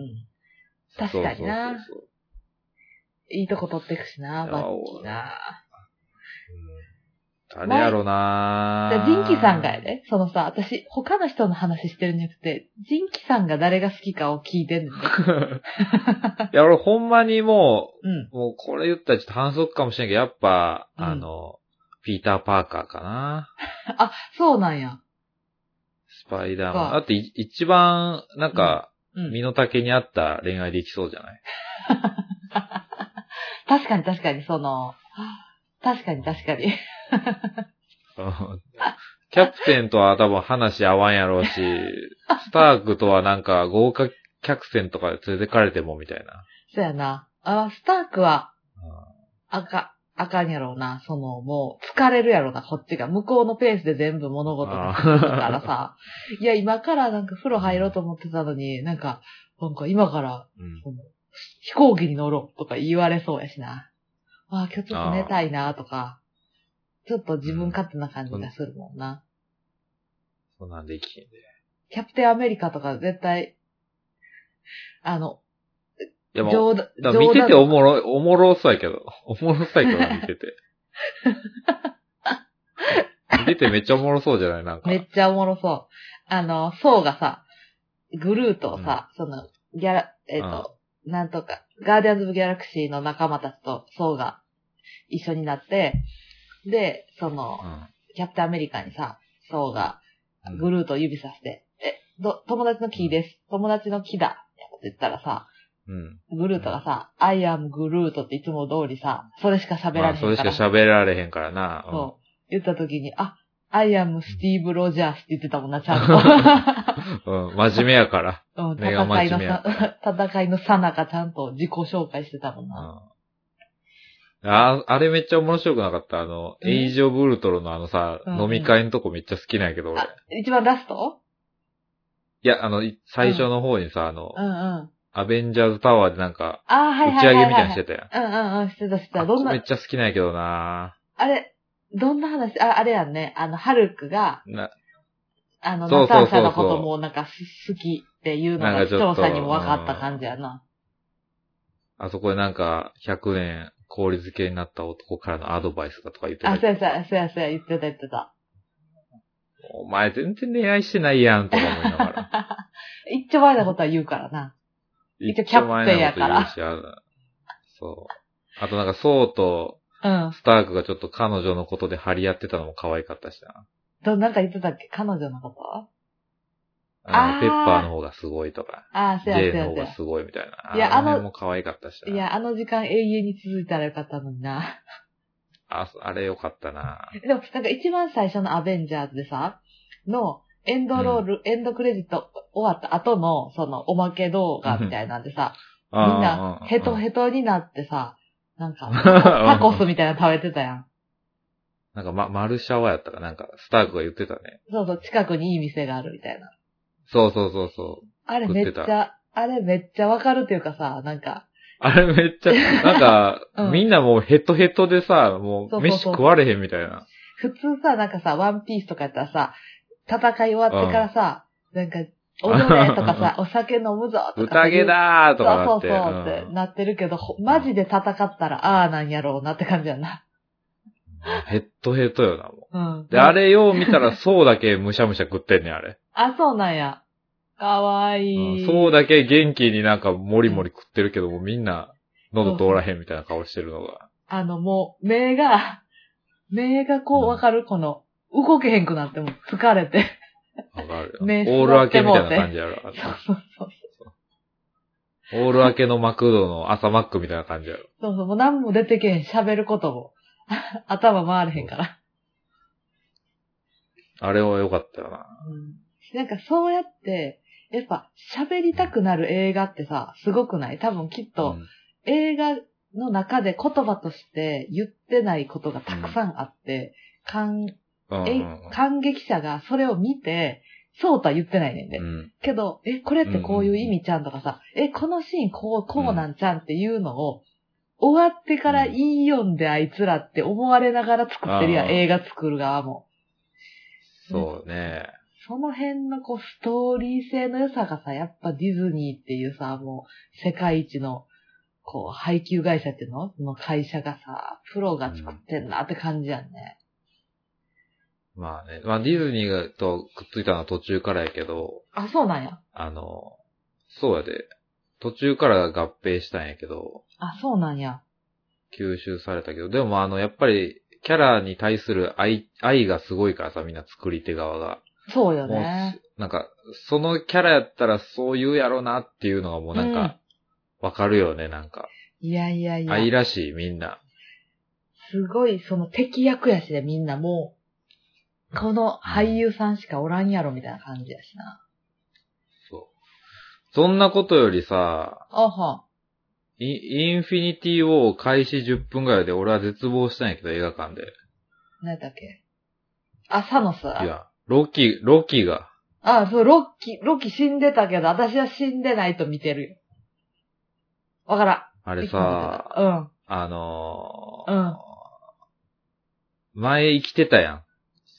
[SPEAKER 2] 確かに
[SPEAKER 1] そ
[SPEAKER 2] な
[SPEAKER 1] うそうそう
[SPEAKER 2] いいとこ取ってくしな、
[SPEAKER 1] や
[SPEAKER 2] バッキーな。
[SPEAKER 1] そう。うん誰やろな
[SPEAKER 2] じゃあ、ジンキさんがや。で、そのさ、私、他の人の話してるんじゃなくて、ジンキさんが誰が好きかを聞いて んのね。
[SPEAKER 1] いや、俺ほんまにも
[SPEAKER 2] うん。
[SPEAKER 1] う、もうこれ言ったらちょっと反則かもしれんけど、やっぱ、
[SPEAKER 2] うん
[SPEAKER 1] あの、ピーター・パーカーかな。
[SPEAKER 2] あ、そうなんや。
[SPEAKER 1] スパイダーマン。
[SPEAKER 2] か
[SPEAKER 1] だってい一番、なんか、
[SPEAKER 2] うん
[SPEAKER 1] 身。の丈に合った恋愛できそうじゃない
[SPEAKER 2] 確かに確かに、その、確かに確かに。
[SPEAKER 1] うんキャプテンとは多分話合わんやろう し、スタークとはなんか豪華客船とかで連れてかれてもみたいな。
[SPEAKER 2] そうやな。あ、スタークは、
[SPEAKER 1] う
[SPEAKER 2] あか、あかんやろうな。その、もう、疲れるやろうな、こっちが。向こうのペースで全部物事が進むからさ。いや、今からなんか風呂入ろうと思ってたのに、なんか、なんか今から
[SPEAKER 1] んうん
[SPEAKER 2] 飛行機に乗ろうとか言われそうやしな。ああ、今日ちょっと寝たいなとか、ちょっと自分勝手な感じがするもんな。
[SPEAKER 1] そんなんできへんで。
[SPEAKER 2] キャプテンアメリカとか絶対、あの、
[SPEAKER 1] いやもう、
[SPEAKER 2] 冗談、
[SPEAKER 1] だから見てて
[SPEAKER 2] 冗
[SPEAKER 1] おもろ、おもろそうやけど。おもろそうやけど な、見てて。見ててめっちゃおもろそうじゃないなんか。
[SPEAKER 2] めっちゃおもろそう。あの、ソウがさ、グルートをさ、その、ギャラ、えっ、と、なんとか、ガーディアンズ・オブ・ギャラクシーの仲間たちとソウが一緒になって、で、その、キャプテンアメリカにさ、ソウが
[SPEAKER 1] うん。
[SPEAKER 2] グルートを指さして、え、ど、友達のキーです。友達のキだ。って言ったらさ、
[SPEAKER 1] うん。
[SPEAKER 2] グルートがさ、I am グルートっていつも通りさ、それしか喋
[SPEAKER 1] まあ、
[SPEAKER 2] られへん
[SPEAKER 1] そ
[SPEAKER 2] から
[SPEAKER 1] れしか喋られへんからな。うん
[SPEAKER 2] そう。言った時に、あ、アイアムスティーブ・ロジャースって言ってたもんな、ちゃん
[SPEAKER 1] うん。真面目やから。
[SPEAKER 2] と。 うん、
[SPEAKER 1] 目が
[SPEAKER 2] 戦
[SPEAKER 1] 真
[SPEAKER 2] い
[SPEAKER 1] 面
[SPEAKER 2] の
[SPEAKER 1] 目や
[SPEAKER 2] さ、 戦いのさなかちゃんと自己紹介してたもん
[SPEAKER 1] う
[SPEAKER 2] な。
[SPEAKER 1] んあ、あれめっちゃ面白くなかった。あの、
[SPEAKER 2] うん
[SPEAKER 1] エイジオブウルトロのあのさ、
[SPEAKER 2] うんうん
[SPEAKER 1] 飲み会のとこめっちゃ好きなんやけど、俺
[SPEAKER 2] あ。、一番ラスト
[SPEAKER 1] いや、あの、い最初の方にさ、あの
[SPEAKER 2] う、んうん。あ
[SPEAKER 1] アベンジャーズタワーでなんか、
[SPEAKER 2] ー、はい
[SPEAKER 1] 打
[SPEAKER 2] は
[SPEAKER 1] ち
[SPEAKER 2] いは
[SPEAKER 1] 上げ
[SPEAKER 2] い、はい。
[SPEAKER 1] みたいにしてたやん。
[SPEAKER 2] うんうんうん、してたしてた。
[SPEAKER 1] あっ
[SPEAKER 2] ど
[SPEAKER 1] ち
[SPEAKER 2] ん
[SPEAKER 1] めっ
[SPEAKER 2] な、
[SPEAKER 1] ちゃ好きなんやけどな
[SPEAKER 2] あれ、どんな話あ、あれやんね。あの、ハルクが、
[SPEAKER 1] な
[SPEAKER 2] あの、
[SPEAKER 1] そう
[SPEAKER 2] ナ
[SPEAKER 1] そうそう
[SPEAKER 2] ターシ
[SPEAKER 1] そう
[SPEAKER 2] ャのこともなんかす好きっていうの
[SPEAKER 1] なん
[SPEAKER 2] が
[SPEAKER 1] かち
[SPEAKER 2] 視
[SPEAKER 1] ょっ
[SPEAKER 2] 聴
[SPEAKER 1] と
[SPEAKER 2] 者にも分かった感じやな。
[SPEAKER 1] あそこでなんか、100年氷漬けになった男からのアドバイスだとか言ってた
[SPEAKER 2] あ、
[SPEAKER 1] け
[SPEAKER 2] そ
[SPEAKER 1] ど。
[SPEAKER 2] うやそうやそうやそうや、言ってた言ってた。
[SPEAKER 1] お前全然恋愛してないやんとか思いながら。
[SPEAKER 2] 一丁前なことは言うからな。一応キャプテンやから
[SPEAKER 1] 一丁前なこと言うしあのそう。あとなんか、そうと、
[SPEAKER 2] うん。
[SPEAKER 1] スタークがちょっと彼女のことで張り合ってたのも可愛かったしな。
[SPEAKER 2] ど、なんか言ってたっけ彼女のこと
[SPEAKER 1] あの
[SPEAKER 2] あー
[SPEAKER 1] ペッパーの方がすごいとか、
[SPEAKER 2] ああ、
[SPEAKER 1] ジ
[SPEAKER 2] そうや、
[SPEAKER 1] ェイ
[SPEAKER 2] そう
[SPEAKER 1] の方
[SPEAKER 2] や、そう
[SPEAKER 1] がすごいみたいな。
[SPEAKER 2] いや
[SPEAKER 1] あの
[SPEAKER 2] あの
[SPEAKER 1] 辺も可愛かったし
[SPEAKER 2] や。い
[SPEAKER 1] な。
[SPEAKER 2] や、あの時間永遠に続いたらよかったのにな。
[SPEAKER 1] あ、そあれよかったな。
[SPEAKER 2] でも、なんか一番最初のアベンジャーズでさ、の、エンドロール、エンドクレジット終わった後の、その、おまけ動画みたいなんでさ、
[SPEAKER 1] み
[SPEAKER 2] みんな、ヘトヘトになってさ、なんか、タコスみたいなの食べてたやん。
[SPEAKER 1] なんか、ま、マルシャワやったかなんか、スタークが言ってたね。
[SPEAKER 2] そうそう、近くにいい店があるみたいな。
[SPEAKER 1] そうそうそうそう。
[SPEAKER 2] あれめっち
[SPEAKER 1] 食って
[SPEAKER 2] ゃ、あれめっちゃわかるっていうかさ、なんか、、
[SPEAKER 1] あれめっちゃ、なんか
[SPEAKER 2] うん
[SPEAKER 1] みんなもうヘトヘトでさ、も
[SPEAKER 2] そうそうそう
[SPEAKER 1] う飯食われへんみたいな。
[SPEAKER 2] 普通さ、なんかさ、ワンピースとかやったらさ、戦い終わってからさ、なんか、踊れとかさ、お酒飲むぞとかさ。
[SPEAKER 1] 宴だーとかなって。
[SPEAKER 2] そうそうそうって
[SPEAKER 1] うん
[SPEAKER 2] なってるけど、ほマジで戦ったら、ああなんやろうなって感じやな。
[SPEAKER 1] ヘッドヘッドよな、も
[SPEAKER 2] うん。
[SPEAKER 1] う。で、あれよう見たら、そうだけむしゃむしゃ食ってんねん、あれ。
[SPEAKER 2] あ、そうなんや。かわいい。
[SPEAKER 1] そうだけ元気になんかもりもり食ってるけども、みんな喉通らへんみたいな顔してるのが。
[SPEAKER 2] あの、もう、目が、目がこう、
[SPEAKER 1] うん
[SPEAKER 2] わかるこの、動けへんくなっても、疲れて。
[SPEAKER 1] わかるよ。
[SPEAKER 2] 目
[SPEAKER 1] オール明けみたいな感じやろ。あ
[SPEAKER 2] そうそうそう。
[SPEAKER 1] のオール明けのマクドの朝マックみたいな感じやろ。
[SPEAKER 2] そうそう、もう何も出てけへん、喋ることも。 頭回れへんから。
[SPEAKER 1] あれは良かったよな。
[SPEAKER 2] うん。なんかそうやって、やっぱ喋りたくなる映画ってさ、すごくない多分きっと、
[SPEAKER 1] うん
[SPEAKER 2] 映画の中で言葉として言ってないことがたくさんあって、感
[SPEAKER 1] うん
[SPEAKER 2] え
[SPEAKER 1] うん
[SPEAKER 2] 感激者がそれを見て、そうとは言ってないねんで。
[SPEAKER 1] うん。
[SPEAKER 2] けど、え、これってこういう意味ちゃんとかさ、え、このシーンこう、こうなんちゃんっていうのを、終わってから言いよんであいつらって思われながら作ってるやん、
[SPEAKER 1] あー
[SPEAKER 2] 映画作る側も。
[SPEAKER 1] そうね。
[SPEAKER 2] その辺のこう、ストーリー性の良さがさ、やっぱディズニーっていうさ、もう、世界一の、こう、配給会社っていうのその会社がさ、プロが作ってんなって感じやんね。
[SPEAKER 1] まあね。まあディズニーとくっついたのは途中からやけど、
[SPEAKER 2] あ、そうなんや。
[SPEAKER 1] あの、そうやで。途中から合併したんやけど、
[SPEAKER 2] あ、そうなんや。
[SPEAKER 1] 吸収されたけど、でもあの、やっぱり、キャラに対する愛、愛がすごいからさ、みんな作り手側が。
[SPEAKER 2] そうよ
[SPEAKER 1] もう
[SPEAKER 2] ね。、
[SPEAKER 1] なんか、そのキャラやったらそう言うやろなっていうのがもうなんか、わかるよね、なんか。
[SPEAKER 2] いやいやいや。
[SPEAKER 1] 愛らしい、みんな。
[SPEAKER 2] すごい、その敵役やしでみんなもう、この俳優さんしかおらんやろみたいな感じやしな。
[SPEAKER 1] そう。そんなことよりさ、
[SPEAKER 2] あは。
[SPEAKER 1] インインフィニティウォー開始10分ぐらいで俺は絶望したんやけど、映画館で。
[SPEAKER 2] 何やったっけあ、サノス
[SPEAKER 1] いや、ロキ、ロキが。
[SPEAKER 2] あ、そう、ロッキ、ロッキ死んでたけど、私は死んでないと見てるよ。わから
[SPEAKER 1] あ
[SPEAKER 2] ん。
[SPEAKER 1] れさ、
[SPEAKER 2] あ。
[SPEAKER 1] あの
[SPEAKER 2] うん、うん。
[SPEAKER 1] ー、前生きてたやん。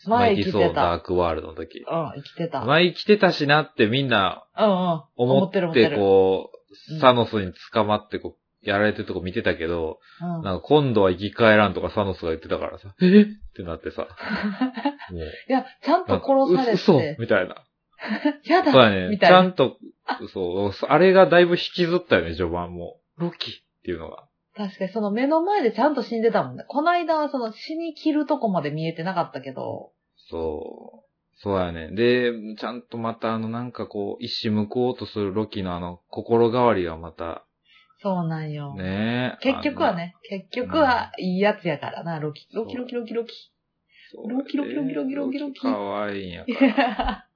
[SPEAKER 2] 前生きてた
[SPEAKER 1] マイティソーダークワールドの時。
[SPEAKER 2] うん、生きてた。うん、うん。
[SPEAKER 1] 前生きてたしなってみんな思って、
[SPEAKER 2] 思ってる
[SPEAKER 1] こ
[SPEAKER 2] うん
[SPEAKER 1] う、サノスに捕まってこう、やられてるとこ見てたけど、
[SPEAKER 2] うん
[SPEAKER 1] なんか今度は生き返らんとかサノスが言ってたからさ、えってな ってさ、もう、
[SPEAKER 2] いや、ちゃんと殺さ
[SPEAKER 1] う
[SPEAKER 2] れ
[SPEAKER 1] 嘘
[SPEAKER 2] て、
[SPEAKER 1] みたいな。
[SPEAKER 2] や
[SPEAKER 1] そうだ
[SPEAKER 2] だ、
[SPEAKER 1] ね。
[SPEAKER 2] み
[SPEAKER 1] ち
[SPEAKER 2] たい
[SPEAKER 1] ゃ
[SPEAKER 2] な。
[SPEAKER 1] んと、そう、あれがだいぶ引きずったよね、序盤も。ロキっていうのが。
[SPEAKER 2] 確かに、その目の前でちゃんと死んでたもんね。この間はその死に切るとこまで見えてなかったけど、
[SPEAKER 1] そう。そうやね。で、ちゃんとまたあの、なんかこう、一矢報こうとするロキのあの、心変わりがまた、
[SPEAKER 2] そうなんよ。
[SPEAKER 1] ねえ
[SPEAKER 2] 結局は。ね、結局はいいやつやからな、ロキ。ロキ
[SPEAKER 1] そう
[SPEAKER 2] ロキロキロキ。
[SPEAKER 1] あの
[SPEAKER 2] ロキロキロキロキロキロキ
[SPEAKER 1] そうやねかわいいんやから。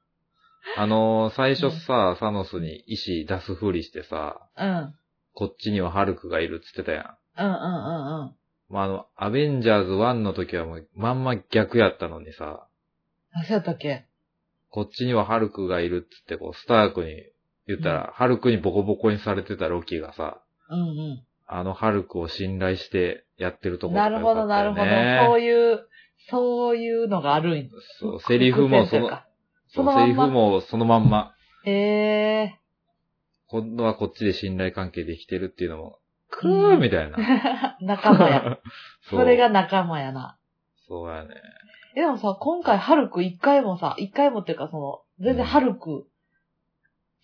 [SPEAKER 1] あのー、最初さ、サノスに石出すふりしてさ、
[SPEAKER 2] うん。うん
[SPEAKER 1] こっちにはハルクがいるっつってたやん。
[SPEAKER 2] うんうんうん。
[SPEAKER 1] まあ、あの、アベンジャーズ1の時はもう、まんま逆やったのにさ、
[SPEAKER 2] あ、そうやったっけ
[SPEAKER 1] こっちにはハルクがいるっつって、こう、スタークに言ったら、ハルクにボコボコにされてたロキがさ、
[SPEAKER 2] うんうん。
[SPEAKER 1] あのハルクを信頼してやってるところ
[SPEAKER 2] なるほど、なるほど。そういう、そういうのがあるん
[SPEAKER 1] そう、セリフもその、そ
[SPEAKER 2] その
[SPEAKER 1] う、
[SPEAKER 2] まんま
[SPEAKER 1] セリフもそのまんま。
[SPEAKER 2] へえ
[SPEAKER 1] 今度はこっちで信頼関係できてるっていうのも、く
[SPEAKER 2] う
[SPEAKER 1] ー
[SPEAKER 2] ん
[SPEAKER 1] みたいな。
[SPEAKER 2] ー、仲間や。
[SPEAKER 1] そ
[SPEAKER 2] そうれが。仲間やな。
[SPEAKER 1] そうやね。
[SPEAKER 2] え、でもさ、今回ハルク一回もさ、一回もっていうかその、全然ハルク、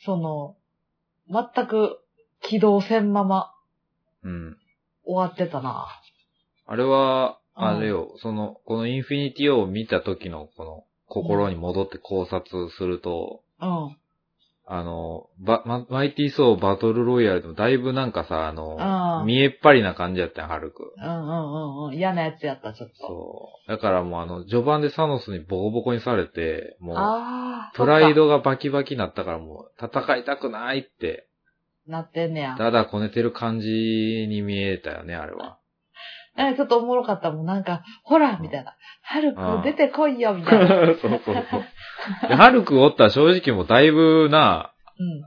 [SPEAKER 2] その、全く起動せんまま
[SPEAKER 1] うん。
[SPEAKER 2] 終わってたな。
[SPEAKER 1] あれは、
[SPEAKER 2] うん
[SPEAKER 1] あれよ、その、このインフィニティを見た時の、この、心に戻って考察すると、
[SPEAKER 2] うん。
[SPEAKER 1] あの、ば、ま、マイティーソーバトルロイヤルでもだいぶなんかさ、あ
[SPEAKER 2] あ
[SPEAKER 1] の、
[SPEAKER 2] ー
[SPEAKER 1] 見えっぱりな感じやったん、ハルク。
[SPEAKER 2] うんうんうんうん。嫌なやつやった、ちょっと。
[SPEAKER 1] そう。だからもうあの、序盤でサノスにボコボコにされて、もう、
[SPEAKER 2] ああ。
[SPEAKER 1] プライ
[SPEAKER 2] そっ
[SPEAKER 1] ドがバキバキになったからもう、戦いたくないって、
[SPEAKER 2] か。なってんねや。
[SPEAKER 1] ただこねてる感じに見えたよね、あれは。
[SPEAKER 2] なんかちょっとおもろかったもん。なんか、ほらみたいな。ハルク出てこいよみた
[SPEAKER 1] そ
[SPEAKER 2] いう な。
[SPEAKER 1] そうそう。でハルクおったら正直もうだいぶな、
[SPEAKER 2] うん。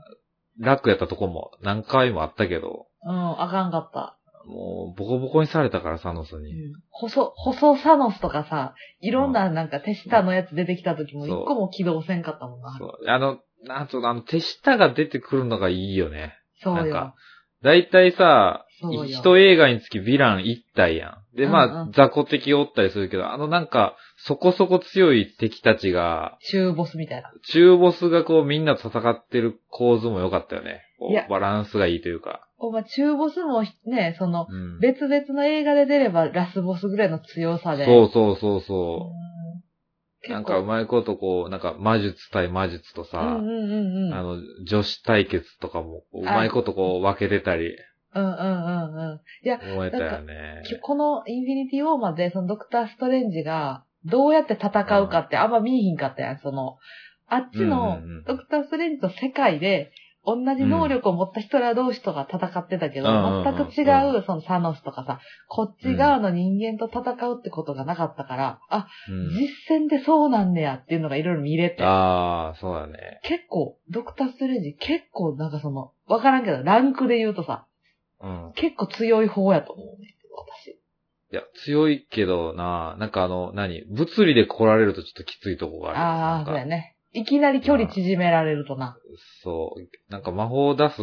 [SPEAKER 1] 楽やったとこも何回もあったけど、
[SPEAKER 2] うん、あかんかった。
[SPEAKER 1] もうボコボコにされたからサノス
[SPEAKER 2] う
[SPEAKER 1] に。
[SPEAKER 2] ん。細、細サノスとかさ、いろんななんか手下のやつ出てきた時も
[SPEAKER 1] そう
[SPEAKER 2] 一個も起動せんかったもんな。
[SPEAKER 1] そうあの、なんと、あの、手下が出てくるのがいいよね。
[SPEAKER 2] そう
[SPEAKER 1] なん
[SPEAKER 2] よ
[SPEAKER 1] か。だいたいさ、
[SPEAKER 2] そうよ。
[SPEAKER 1] 一映画につきヴィラン一体やん。で、まあ、
[SPEAKER 2] うんうん
[SPEAKER 1] 雑魚敵おったりするけど、あのなんか、そこそこ強い敵たちが、
[SPEAKER 2] 中ボスみたいな。
[SPEAKER 1] 中ボスがこうみんなと戦ってる構図も良かったよね。こう
[SPEAKER 2] いや
[SPEAKER 1] バランスがいいというか。
[SPEAKER 2] お前中ボスもね、その、
[SPEAKER 1] うん。
[SPEAKER 2] 別々の映画で出ればラスボスぐらいの強さで。
[SPEAKER 1] そうそうそう
[SPEAKER 2] うん
[SPEAKER 1] そ。う。なん
[SPEAKER 2] 結
[SPEAKER 1] かう
[SPEAKER 2] 構。
[SPEAKER 1] まいことこう、なんか魔術対魔術と
[SPEAKER 2] う
[SPEAKER 1] さ、
[SPEAKER 2] んうんうんうん。
[SPEAKER 1] あの、女子対決とかも、こううまいことこう分けてたり、
[SPEAKER 2] うんうんうんうん。いや、
[SPEAKER 1] 思えたよね。
[SPEAKER 2] きこのインフィニティウォーマーで、そのドクター・ストレンジが、どうやって戦うかってあんま見えひんかったやん、その、あっちの
[SPEAKER 1] うんうんうん、
[SPEAKER 2] ドクター・ストレンジの世界で、同じ能力を持った人ら同士とか戦ってたけど、
[SPEAKER 1] うんうんうん
[SPEAKER 2] 全く違う、そのサノスとかさ、こっち側の人間と戦うってことがなかったから、あ、
[SPEAKER 1] うん、
[SPEAKER 2] 実戦でそうなんねやっていうのがいろいろ見れて、
[SPEAKER 1] ああ、そうだね。
[SPEAKER 2] 結構、ドクター・ストレンジ結構なんかその、わからんけど、ランクで言うとさ、
[SPEAKER 1] うん。
[SPEAKER 2] 結構強い方やと思うね、私。
[SPEAKER 1] いや、強いけどな、なんかあの、何物理で来られるとちょっときついとこがある。
[SPEAKER 2] あ
[SPEAKER 1] な
[SPEAKER 2] あ、
[SPEAKER 1] ん
[SPEAKER 2] そう
[SPEAKER 1] か
[SPEAKER 2] やね。いきなり距離縮められるとな。
[SPEAKER 1] そう。なんか魔法を出す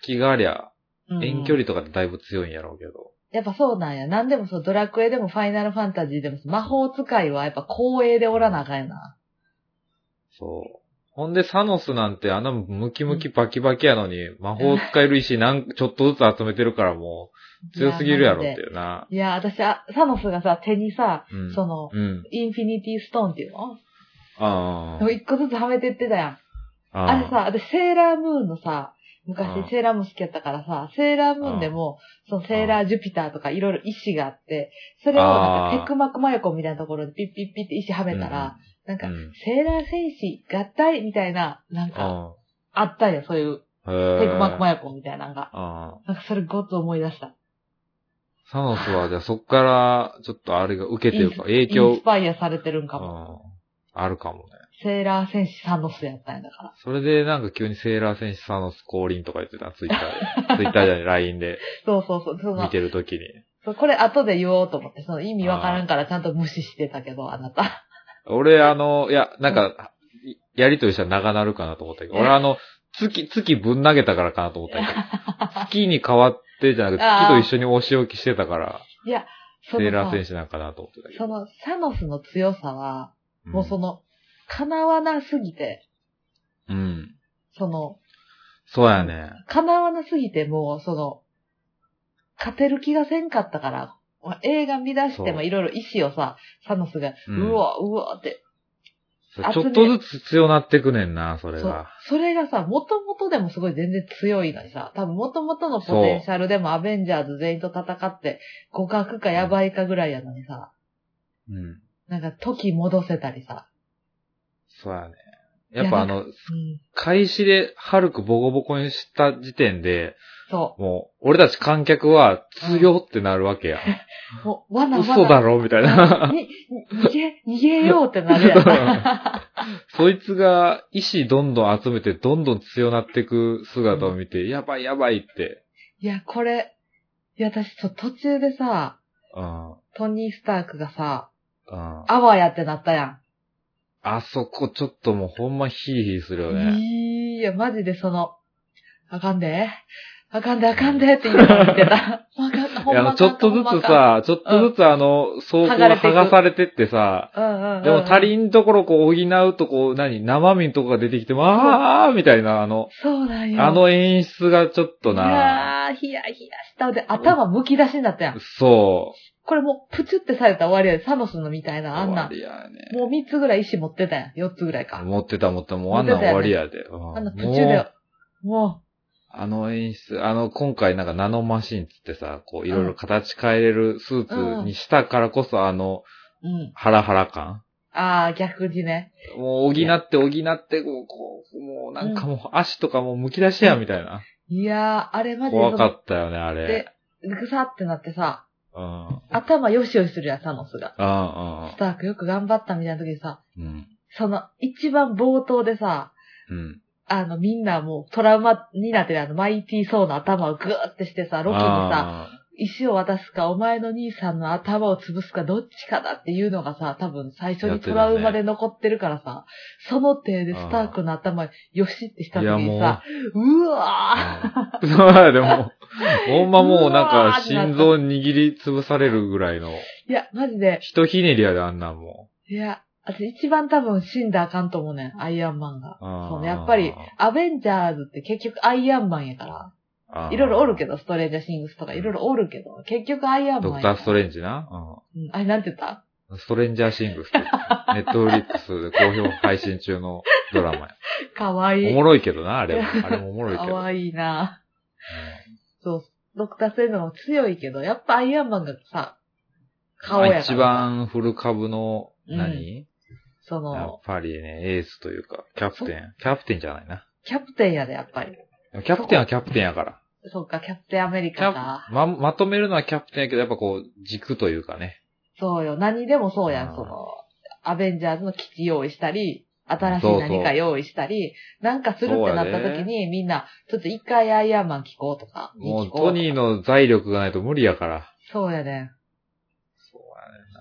[SPEAKER 1] 隙がありゃ、
[SPEAKER 2] うん
[SPEAKER 1] 遠距離とかってだいぶ強いんやろうけど。
[SPEAKER 2] やっぱそうなんや。なんでもそう、ドラクエでもファイナルファンタジーでもそう魔法使いはやっぱ光栄でおらなあかんやな。
[SPEAKER 1] そう。ほんで、サノスなんてあのムキムキバキバキやのに、魔法使える石なん、ちょっとずつ集めてるからもう、強すぎるやろっていうな。
[SPEAKER 2] いや、私、あサノスがさ、手にさ、
[SPEAKER 1] うん。
[SPEAKER 2] その、
[SPEAKER 1] うん。
[SPEAKER 2] インフィニティストーンっていうの
[SPEAKER 1] あ
[SPEAKER 2] を一個ずつはめてってたやん。
[SPEAKER 1] あ。
[SPEAKER 2] あれさ、私、セーラームーンのさ、
[SPEAKER 1] うん
[SPEAKER 2] 昔セーラームーン好きやったからさ、セーラームーンでも、そのセーラージュピターとかいろいろ石があって、それを
[SPEAKER 1] あー
[SPEAKER 2] なんかテクマクマヨコみたいなところにピッピッピッって石は
[SPEAKER 1] あ、
[SPEAKER 2] めたら、なんか
[SPEAKER 1] う、ん、
[SPEAKER 2] セーラー戦士合体みたいな、なんか、
[SPEAKER 1] あ
[SPEAKER 2] あったよ、そういう、
[SPEAKER 1] あ。へえ。
[SPEAKER 2] テクマクマヤコンみたいなのが。
[SPEAKER 1] ああ。
[SPEAKER 2] なんかそれごっと思い出した。
[SPEAKER 1] サノスは、じゃあそっから、ちょっとあれが受けてるか、影
[SPEAKER 2] イン
[SPEAKER 1] 響
[SPEAKER 2] ス、パイアされてるん
[SPEAKER 1] う
[SPEAKER 2] かも。
[SPEAKER 1] ん、あるかもね。
[SPEAKER 2] セーラー戦士サノスやったんやだから。
[SPEAKER 1] それでなんか急にセーラー戦士サノス降臨とか言ってた、ツイッター で。ツイッターじゃない、LINE で
[SPEAKER 2] そうそうそう。そ
[SPEAKER 1] 見
[SPEAKER 2] の
[SPEAKER 1] てるときに。
[SPEAKER 2] そうこれ後で言おうと思って、その意味わからんからちゃんと無視してたけど、あなた。
[SPEAKER 1] 俺、あの、いや、なんか、いやりとりしたら長なるかなと思ったけど、俺あの、月、月ぶん投げたからかなと思ったけど、 月に変わってじゃなくて、月と一緒にお仕置きしてたから、
[SPEAKER 2] いや、そ
[SPEAKER 1] セーラ
[SPEAKER 2] の
[SPEAKER 1] ー
[SPEAKER 2] さ
[SPEAKER 1] 戦士なんかなと思ってたけど。
[SPEAKER 2] そのサノスの強さは、
[SPEAKER 1] うん
[SPEAKER 2] もうその、叶わなすぎて、
[SPEAKER 1] うん。
[SPEAKER 2] その、
[SPEAKER 1] そうやね。
[SPEAKER 2] 叶わなすぎてもう、その、勝てる気がせんかったから、映画見出して
[SPEAKER 1] そ
[SPEAKER 2] も
[SPEAKER 1] う
[SPEAKER 2] いろいろ意志をさ、サノスが、
[SPEAKER 1] う
[SPEAKER 2] うんわ、うわって、
[SPEAKER 1] そうちょっとずつ強なってくねんな、それ
[SPEAKER 2] そ
[SPEAKER 1] が
[SPEAKER 2] う。それがさ、もともとでもすごい全然強いのにさ、多分もともとのポテンシャルでもアベンジャーズ全員と戦って、互角かやばいかぐらいやのにさ、
[SPEAKER 1] うん。
[SPEAKER 2] なんか時戻せたりさ。
[SPEAKER 1] そうやね。やっぱあの、
[SPEAKER 2] うん。
[SPEAKER 1] 開始でハルクボコボコにした時点で、
[SPEAKER 2] そ
[SPEAKER 1] もう、俺たち観客は強ってなるわ けや。
[SPEAKER 2] う。もう、わなわな。
[SPEAKER 1] 嘘だろみたい な。
[SPEAKER 2] に、に逃げ、逃げようってなる やん。
[SPEAKER 1] そいつが意志どんどん集めてどんどん強なってく姿を見て、やばいやばいって。
[SPEAKER 2] いや、これ、いや、私、そう途中でさ、
[SPEAKER 1] うん。うん。
[SPEAKER 2] トニー・スタークがさ、
[SPEAKER 1] あ
[SPEAKER 2] あわやってなったやん。
[SPEAKER 1] そこちょっともうほんまヒーヒーするよね。
[SPEAKER 2] いや、マジでその、あかんで、あかんで、あかんでって言いながら 見てた。あかん、ほ
[SPEAKER 1] い
[SPEAKER 2] んま
[SPEAKER 1] や、
[SPEAKER 2] あ
[SPEAKER 1] ち
[SPEAKER 2] か
[SPEAKER 1] ょ
[SPEAKER 2] ん
[SPEAKER 1] っとずつ、
[SPEAKER 2] ほんまあ
[SPEAKER 1] さ、ちょっとずつあの、装甲
[SPEAKER 2] 剥がれてい
[SPEAKER 1] 剥
[SPEAKER 2] く
[SPEAKER 1] がされてってさ、
[SPEAKER 2] かんうんうんうん、
[SPEAKER 1] でも足りんところこう補うとこう、何、生身のとこが出てきても、あーみたいな、あの、
[SPEAKER 2] そうなんよ。
[SPEAKER 1] あの演出がちょっと
[SPEAKER 2] い
[SPEAKER 1] な、
[SPEAKER 2] やー、ひやひやした。で、頭むき出しになったやん。
[SPEAKER 1] そ
[SPEAKER 2] これもうプチュってされたら終わりやで、サノスのみたいな、あんな。
[SPEAKER 1] 終わりやね。
[SPEAKER 2] もう3つぐらい石持ってたやん。4つぐらいか。
[SPEAKER 1] 持ってた持ってた、もうあんなん終わりやで。うん
[SPEAKER 2] あんなプチュ
[SPEAKER 1] も
[SPEAKER 2] で
[SPEAKER 1] う、
[SPEAKER 2] も
[SPEAKER 1] あの演出、あの、今回なんかナノマシンつってさ、こう、いろいろ形変えれるスーツにしたからこそ、あの、
[SPEAKER 2] う、うん。
[SPEAKER 1] ハラハラ感
[SPEAKER 2] ああ、逆にね。
[SPEAKER 1] もう補って補って、こう、こうもうなんかもう足とかもう剥き出しや、みたいな。
[SPEAKER 2] いやー、あれマジで。
[SPEAKER 1] 怖かったよね、あ
[SPEAKER 2] で
[SPEAKER 1] れ。、
[SPEAKER 2] ぐさってなってさ、
[SPEAKER 1] うん。
[SPEAKER 2] 頭よしよしするやん、サノスが。
[SPEAKER 1] あ
[SPEAKER 2] スタークよく頑張ったみたいな時にさ、
[SPEAKER 1] あ、うん。
[SPEAKER 2] その一番冒頭でさ、
[SPEAKER 1] うん。
[SPEAKER 2] あのみんなもうトラウマになってるあのマイティーソーの頭をグーってしてさ、ロキにさ、石を渡すかお前の兄さんの頭を潰すかどっちかだっていうのがさ、多分最初にトラウマで残ってるからさ、その手でスタークの頭よしってした
[SPEAKER 1] い
[SPEAKER 2] 時
[SPEAKER 1] や
[SPEAKER 2] に
[SPEAKER 1] もう、
[SPEAKER 2] さ、うわ
[SPEAKER 1] うんそうでも、ほんまもうなんか
[SPEAKER 2] うわーってなっ
[SPEAKER 1] 心
[SPEAKER 2] た
[SPEAKER 1] 臓握りつぶされるぐらいの、
[SPEAKER 2] ーいや、マジで、
[SPEAKER 1] ひとひねりやであんなんも
[SPEAKER 2] いや、私一番多分死んだらあかんと思うねん、アイアンマンが。
[SPEAKER 1] う。うん
[SPEAKER 2] そうね、やっぱり、アベンジャーズって結局アイアンマンやから、いろいろおるけ
[SPEAKER 1] ど。
[SPEAKER 2] ど、ストレージャーシングスとかいろいろおるけど、結局アイアン
[SPEAKER 1] ド
[SPEAKER 2] マン
[SPEAKER 1] ク
[SPEAKER 2] や
[SPEAKER 1] タ
[SPEAKER 2] から
[SPEAKER 1] ーストレンジな。う
[SPEAKER 2] うんあれなんて言った
[SPEAKER 1] ん。ストレンジャーシング スって。ネットフリックスで好評配信中のドラ マ
[SPEAKER 2] かわい
[SPEAKER 1] や。お
[SPEAKER 2] い
[SPEAKER 1] も。ろいけどな、あれも。あれもおもろい
[SPEAKER 2] か
[SPEAKER 1] けど。
[SPEAKER 2] わいいなそう、ドクターストレンジも強いけど、やっぱアイアンマンがさ、顔やからさ。
[SPEAKER 1] 一番フル株の
[SPEAKER 2] うん
[SPEAKER 1] 何、
[SPEAKER 2] そ
[SPEAKER 1] やっ、
[SPEAKER 2] の
[SPEAKER 1] ぱりね、エースというか、キャプテン。キャプテンじゃないな。
[SPEAKER 2] キャプテンやで、やっぱり。
[SPEAKER 1] キャプテンはキャプテンやから。
[SPEAKER 2] そっか、キャプテンアメリ
[SPEAKER 1] キャ
[SPEAKER 2] カ
[SPEAKER 1] プ
[SPEAKER 2] か。
[SPEAKER 1] ま、まとめるのはキャプテンやけど、やっぱこう、軸というかね。
[SPEAKER 2] そうよ、何でもそうや、
[SPEAKER 1] うんん
[SPEAKER 2] その、アベンジャーズの基地用意したり、新し
[SPEAKER 1] そう
[SPEAKER 2] い
[SPEAKER 1] そう
[SPEAKER 2] 何か用意したり、なんかするってなった時
[SPEAKER 1] そう
[SPEAKER 2] に、みんな、ちょっと一回アイアンマン聞こうとか、に
[SPEAKER 1] も
[SPEAKER 2] 聞
[SPEAKER 1] う、
[SPEAKER 2] こ
[SPEAKER 1] ト
[SPEAKER 2] うと
[SPEAKER 1] ニー
[SPEAKER 2] か。
[SPEAKER 1] の財力がないと無理やから。
[SPEAKER 2] そうやねん。
[SPEAKER 1] そう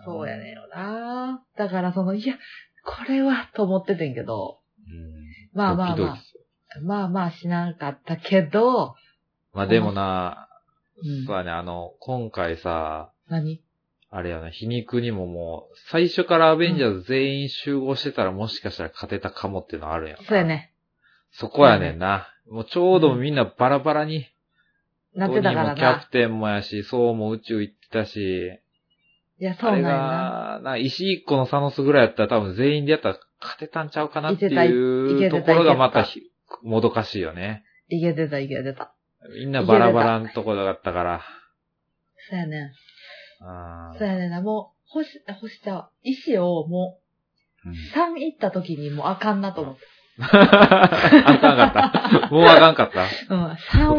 [SPEAKER 2] そうやねん。よな。だからその、いや、これは、と思っててんけど、
[SPEAKER 1] うん。
[SPEAKER 2] まあまあまあ
[SPEAKER 1] ドキドキする
[SPEAKER 2] まあまあしなかったけど、
[SPEAKER 1] まあでもな、
[SPEAKER 2] うん
[SPEAKER 1] そうやね、あの、今回さ、
[SPEAKER 2] 何
[SPEAKER 1] あれやな、皮肉にももう、最初からアベンジャーズ全員集合してたらもしかしたら勝てたかもっていうのあるんやん。
[SPEAKER 2] そうや。ね。
[SPEAKER 1] そこやねんな。もうちょうどみんなバラバラに、
[SPEAKER 2] なってたか
[SPEAKER 1] トニー
[SPEAKER 2] ら
[SPEAKER 1] もキャ
[SPEAKER 2] な。
[SPEAKER 1] プテンもやし、そうも宇宙行ってたし、
[SPEAKER 2] いや、そう
[SPEAKER 1] あ
[SPEAKER 2] な
[SPEAKER 1] れ
[SPEAKER 2] んやな。
[SPEAKER 1] が、な、石一個のサノスぐらいやったら多分全員でやったら勝てたんちゃうかなって
[SPEAKER 2] いけたいい
[SPEAKER 1] い
[SPEAKER 2] け
[SPEAKER 1] う
[SPEAKER 2] てた
[SPEAKER 1] ところがまた
[SPEAKER 2] いけ
[SPEAKER 1] ひもどかしいよね。
[SPEAKER 2] いけてた、いけてた。
[SPEAKER 1] みんなバラバラのところだったから。
[SPEAKER 2] そうやねん。
[SPEAKER 1] あ
[SPEAKER 2] そうやねんな。もう、星、星ちゃう。石をも
[SPEAKER 1] うん
[SPEAKER 2] う、3行った時にもうあかんなと思って。
[SPEAKER 1] あかんかった。もうあかんかった。
[SPEAKER 2] うん。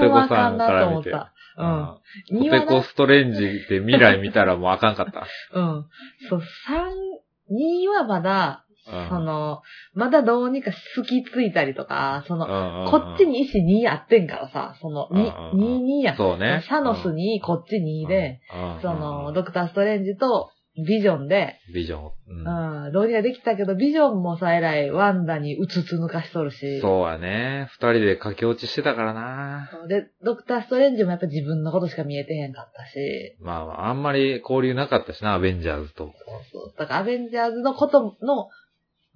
[SPEAKER 2] 3はあかんなと思った。うん。
[SPEAKER 1] う
[SPEAKER 2] 2
[SPEAKER 1] コテコ
[SPEAKER 2] は
[SPEAKER 1] ストレンジで未来見たらもうあかんか った。
[SPEAKER 2] な、うん。そう、三2はまだ、
[SPEAKER 1] うん
[SPEAKER 2] その、まだどうにか好きついたりとか、その、こ
[SPEAKER 1] こ
[SPEAKER 2] っち。に石2あってんからさ、その、
[SPEAKER 1] うんうんうん
[SPEAKER 2] 2、2やん。
[SPEAKER 1] そうね。
[SPEAKER 2] サノスにこっち2で、
[SPEAKER 1] うん、うん
[SPEAKER 2] その、
[SPEAKER 1] うん
[SPEAKER 2] ドクターストレンジとビジョンで、
[SPEAKER 1] ビジョン。うん
[SPEAKER 2] うん、どうにかできたけど、ビジョンもさ、えらい、ワンダにうつつ抜かしとるし。
[SPEAKER 1] そうやね。二人で駆け落ちしてたからな。
[SPEAKER 2] で、ドクターストレンジもやっぱ自分のことしか見えてへんかったし。
[SPEAKER 1] まあまあ、あんまり交流なかったしな、アベンジャーズと。
[SPEAKER 2] そうそう。だからアベンジャーズのことの、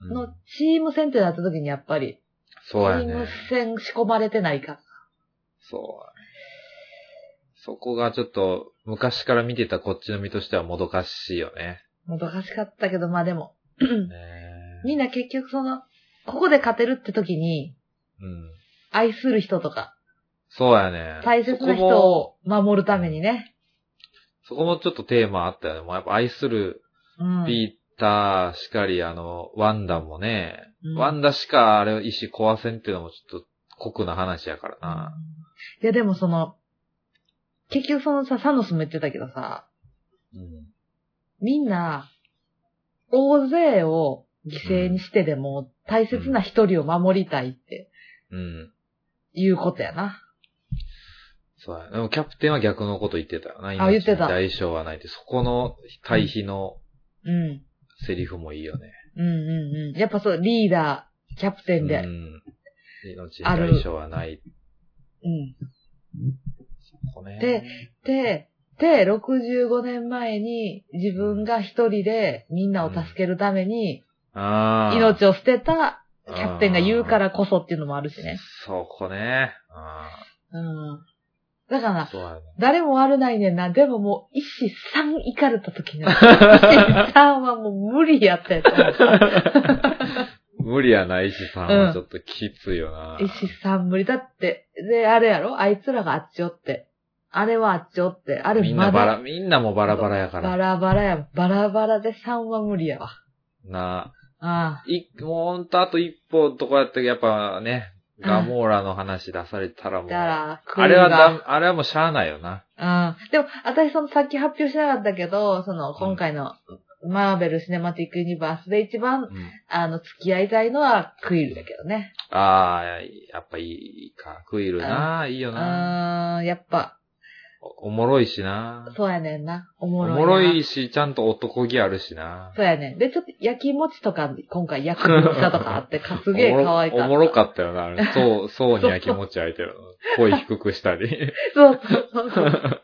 [SPEAKER 1] うん
[SPEAKER 2] のチーム戦ってなった時にやっぱり、チ
[SPEAKER 1] そうや
[SPEAKER 2] ー
[SPEAKER 1] ね
[SPEAKER 2] ム。戦仕込まれてないか。
[SPEAKER 1] そうやね。そこがちょっと、昔から見てたこっちの身としてはもどかしいよね。
[SPEAKER 2] もどかしかったけど、まあでも、
[SPEAKER 1] ね
[SPEAKER 2] みんな結局その、ここで勝てるって時に、
[SPEAKER 1] うん。
[SPEAKER 2] 愛する人とか、
[SPEAKER 1] そうやね。
[SPEAKER 2] 大切な人を守るためにね。
[SPEAKER 1] そこも。そこもちょっとテーマあったよね。もうやっぱ愛する
[SPEAKER 2] うん。
[SPEAKER 1] ピーターしかり、あの、ワンダもね、
[SPEAKER 2] うん
[SPEAKER 1] ワンダしかあれを石壊せんっていうのもちょっと酷な話やからな。
[SPEAKER 2] いやでもその、結局そのさ、サノスも言ってたけどさ、
[SPEAKER 1] うん。
[SPEAKER 2] みんな、大勢を犠牲にしてでも、大切な一人を守りたいって
[SPEAKER 1] うん。
[SPEAKER 2] いうことやな。
[SPEAKER 1] そうや。でもキャプテンは逆のこと言ってたよな。あ
[SPEAKER 2] 言ってた
[SPEAKER 1] 代償はないって。そこの対比の
[SPEAKER 2] うん。
[SPEAKER 1] セリフもいいよね。
[SPEAKER 2] うんうんうん。やっぱそう、リーダー、キャプテンで、う。
[SPEAKER 1] うんん。命に
[SPEAKER 2] あ
[SPEAKER 1] 代
[SPEAKER 2] る
[SPEAKER 1] 償はない。ここね
[SPEAKER 2] で、で、で、65年前に自分が一人でみんなを助けるために
[SPEAKER 1] ああ。
[SPEAKER 2] 命を捨てたキャプテンが言うからこそっていうのもあるしね。
[SPEAKER 1] そこね。あ
[SPEAKER 2] うん。だから、
[SPEAKER 1] そうやね。
[SPEAKER 2] 誰も悪ないねんな。でももう、一子三行かれた時に、一子三はもう無理やったやつ。
[SPEAKER 1] 無理やな、石さんはちょっときついよな。
[SPEAKER 2] 一子三無理だって。で、あれやろあいつらがあっちおって。あれはあっちおって。あれ
[SPEAKER 1] みん
[SPEAKER 2] ま
[SPEAKER 1] な
[SPEAKER 2] だ
[SPEAKER 1] バラ、みんなもバラバラやから。
[SPEAKER 2] バラバラや。バラバラで3は無理やわ。
[SPEAKER 1] なあ
[SPEAKER 2] あ
[SPEAKER 1] い、もうほんとあと一歩とこやって、やっぱね、
[SPEAKER 2] うん
[SPEAKER 1] ガモーラの話出されたら
[SPEAKER 2] あ。
[SPEAKER 1] も
[SPEAKER 2] だ
[SPEAKER 1] う。
[SPEAKER 2] から、
[SPEAKER 1] あれは
[SPEAKER 2] だ
[SPEAKER 1] だ、あれはもうしゃあないよな。
[SPEAKER 2] うん。でも、私そのさっき発表しなかったけど、その今回のマーベル・シネマティック・ユニバースで一番、
[SPEAKER 1] うん。
[SPEAKER 2] あの、付き合いたいのはクイルだけどね。
[SPEAKER 1] ああ、やっぱいいか。クイルな、いいよ
[SPEAKER 2] う
[SPEAKER 1] な。
[SPEAKER 2] ーん、やっぱ、
[SPEAKER 1] おおもろいしな。
[SPEAKER 2] そうやねんな。お
[SPEAKER 1] お
[SPEAKER 2] もろいな。
[SPEAKER 1] もろいし、ちゃんと男気あるしな。
[SPEAKER 2] そうやねん。で、ちょっと焼き餅とか、今回焼き餅だとかあって、かす
[SPEAKER 1] お
[SPEAKER 2] げえ
[SPEAKER 1] もろ
[SPEAKER 2] 可愛かった。
[SPEAKER 1] おもろかったよな。あれ そう、そうには気持ち開いてる。声低くしたり。
[SPEAKER 2] そうそうそう。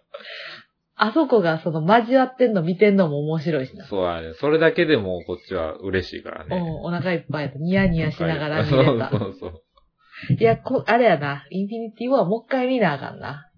[SPEAKER 2] あそこがその交わってんの見てんのも面白いしな。
[SPEAKER 1] そうやね。それだけでもこっちは嬉しいから
[SPEAKER 2] うん
[SPEAKER 1] ね。、
[SPEAKER 2] お腹いっぱいやとニヤニヤしながら見
[SPEAKER 1] そう
[SPEAKER 2] れ
[SPEAKER 1] そ
[SPEAKER 2] た。
[SPEAKER 1] うそう。
[SPEAKER 2] いや、こ、あれやな、インフィニティウォーはもう一回見なあかんな。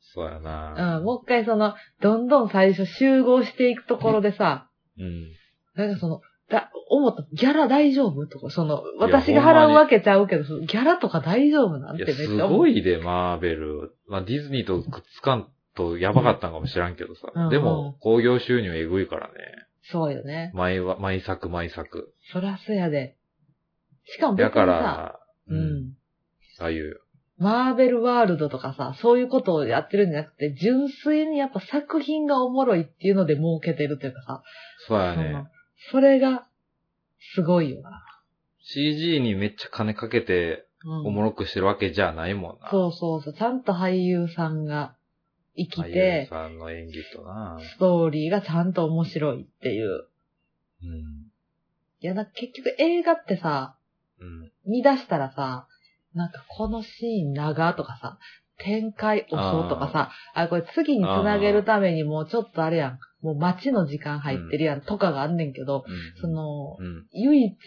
[SPEAKER 1] そうやな。
[SPEAKER 2] うん、もう一回その、どんどん最初集合していくところでさ、
[SPEAKER 1] うん。
[SPEAKER 2] なんかその、だ、思った、ギャラ大丈夫とか、そ
[SPEAKER 1] い
[SPEAKER 2] の、
[SPEAKER 1] や
[SPEAKER 2] 私が払うわけちゃうけど、そのギャラとか大丈夫なん
[SPEAKER 1] い
[SPEAKER 2] て
[SPEAKER 1] や、
[SPEAKER 2] めっちゃ
[SPEAKER 1] す
[SPEAKER 2] 思う。
[SPEAKER 1] ごいで、マーベル。まあ、ディズニーとくっつかんとやばかったんかもしらんけどさ。
[SPEAKER 2] うん
[SPEAKER 1] でも、興行収入えぐいからね。
[SPEAKER 2] そうよね。
[SPEAKER 1] 毎話、毎作毎作。
[SPEAKER 2] そらそやで。しかも別
[SPEAKER 1] だ
[SPEAKER 2] にさ、
[SPEAKER 1] から、
[SPEAKER 2] う。ん。
[SPEAKER 1] ああいう。
[SPEAKER 2] マーベルワールドとかさ、そういうことをやってるんじゃなくて、純粋にやっぱ作品がおもろいっていうので儲けてるというかさ、
[SPEAKER 1] そうや
[SPEAKER 2] そ
[SPEAKER 1] ね
[SPEAKER 2] の。それが、すごいよな。
[SPEAKER 1] CG にめっちゃ金かけて、
[SPEAKER 2] うん
[SPEAKER 1] おもろくしてるわけじゃないもんな。
[SPEAKER 2] そうそうそう。ちゃんと俳優さんが生き
[SPEAKER 1] 俳優
[SPEAKER 2] て、
[SPEAKER 1] さんの演技とな。
[SPEAKER 2] ストーリーがちゃんと面白いっていう。
[SPEAKER 1] うん。
[SPEAKER 2] いや、なんか結局映画ってさ、
[SPEAKER 1] うん。
[SPEAKER 2] 見出したらさ、なんかこのシーン長とかさ、展開遅とかさ、あこれ次につなげるためにもうちょっとあれやん、もう待ちの時間入ってるやんとかがあんねんけど、
[SPEAKER 1] うん
[SPEAKER 2] そ、の、
[SPEAKER 1] うん。
[SPEAKER 2] 唯一、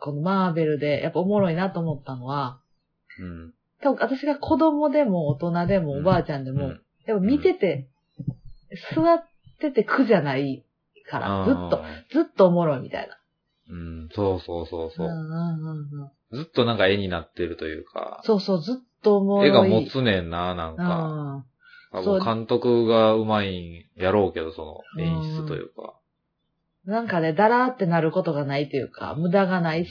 [SPEAKER 2] このマーベルでやっぱおもろいなと思ったのは、
[SPEAKER 1] うん。
[SPEAKER 2] 多分私が子供でも大人でもおばあちゃんで
[SPEAKER 1] う
[SPEAKER 2] も、
[SPEAKER 1] ん
[SPEAKER 2] でも見てて、座ってて苦じゃないから、ずっと、ずっとおもろいみたいな。
[SPEAKER 1] うん、そうそうそうそうう、
[SPEAKER 2] んうんうんうん
[SPEAKER 1] ずっとなんか絵になってるというか、
[SPEAKER 2] そうそう、ずっとおもろい。
[SPEAKER 1] 絵が持つねんな、なん
[SPEAKER 2] う
[SPEAKER 1] か。
[SPEAKER 2] ん。
[SPEAKER 1] 多
[SPEAKER 2] そう
[SPEAKER 1] 分監督がうまいんやろうけど、その演出というか。
[SPEAKER 2] なんかね、だらーってなることがないというか、無駄がないし、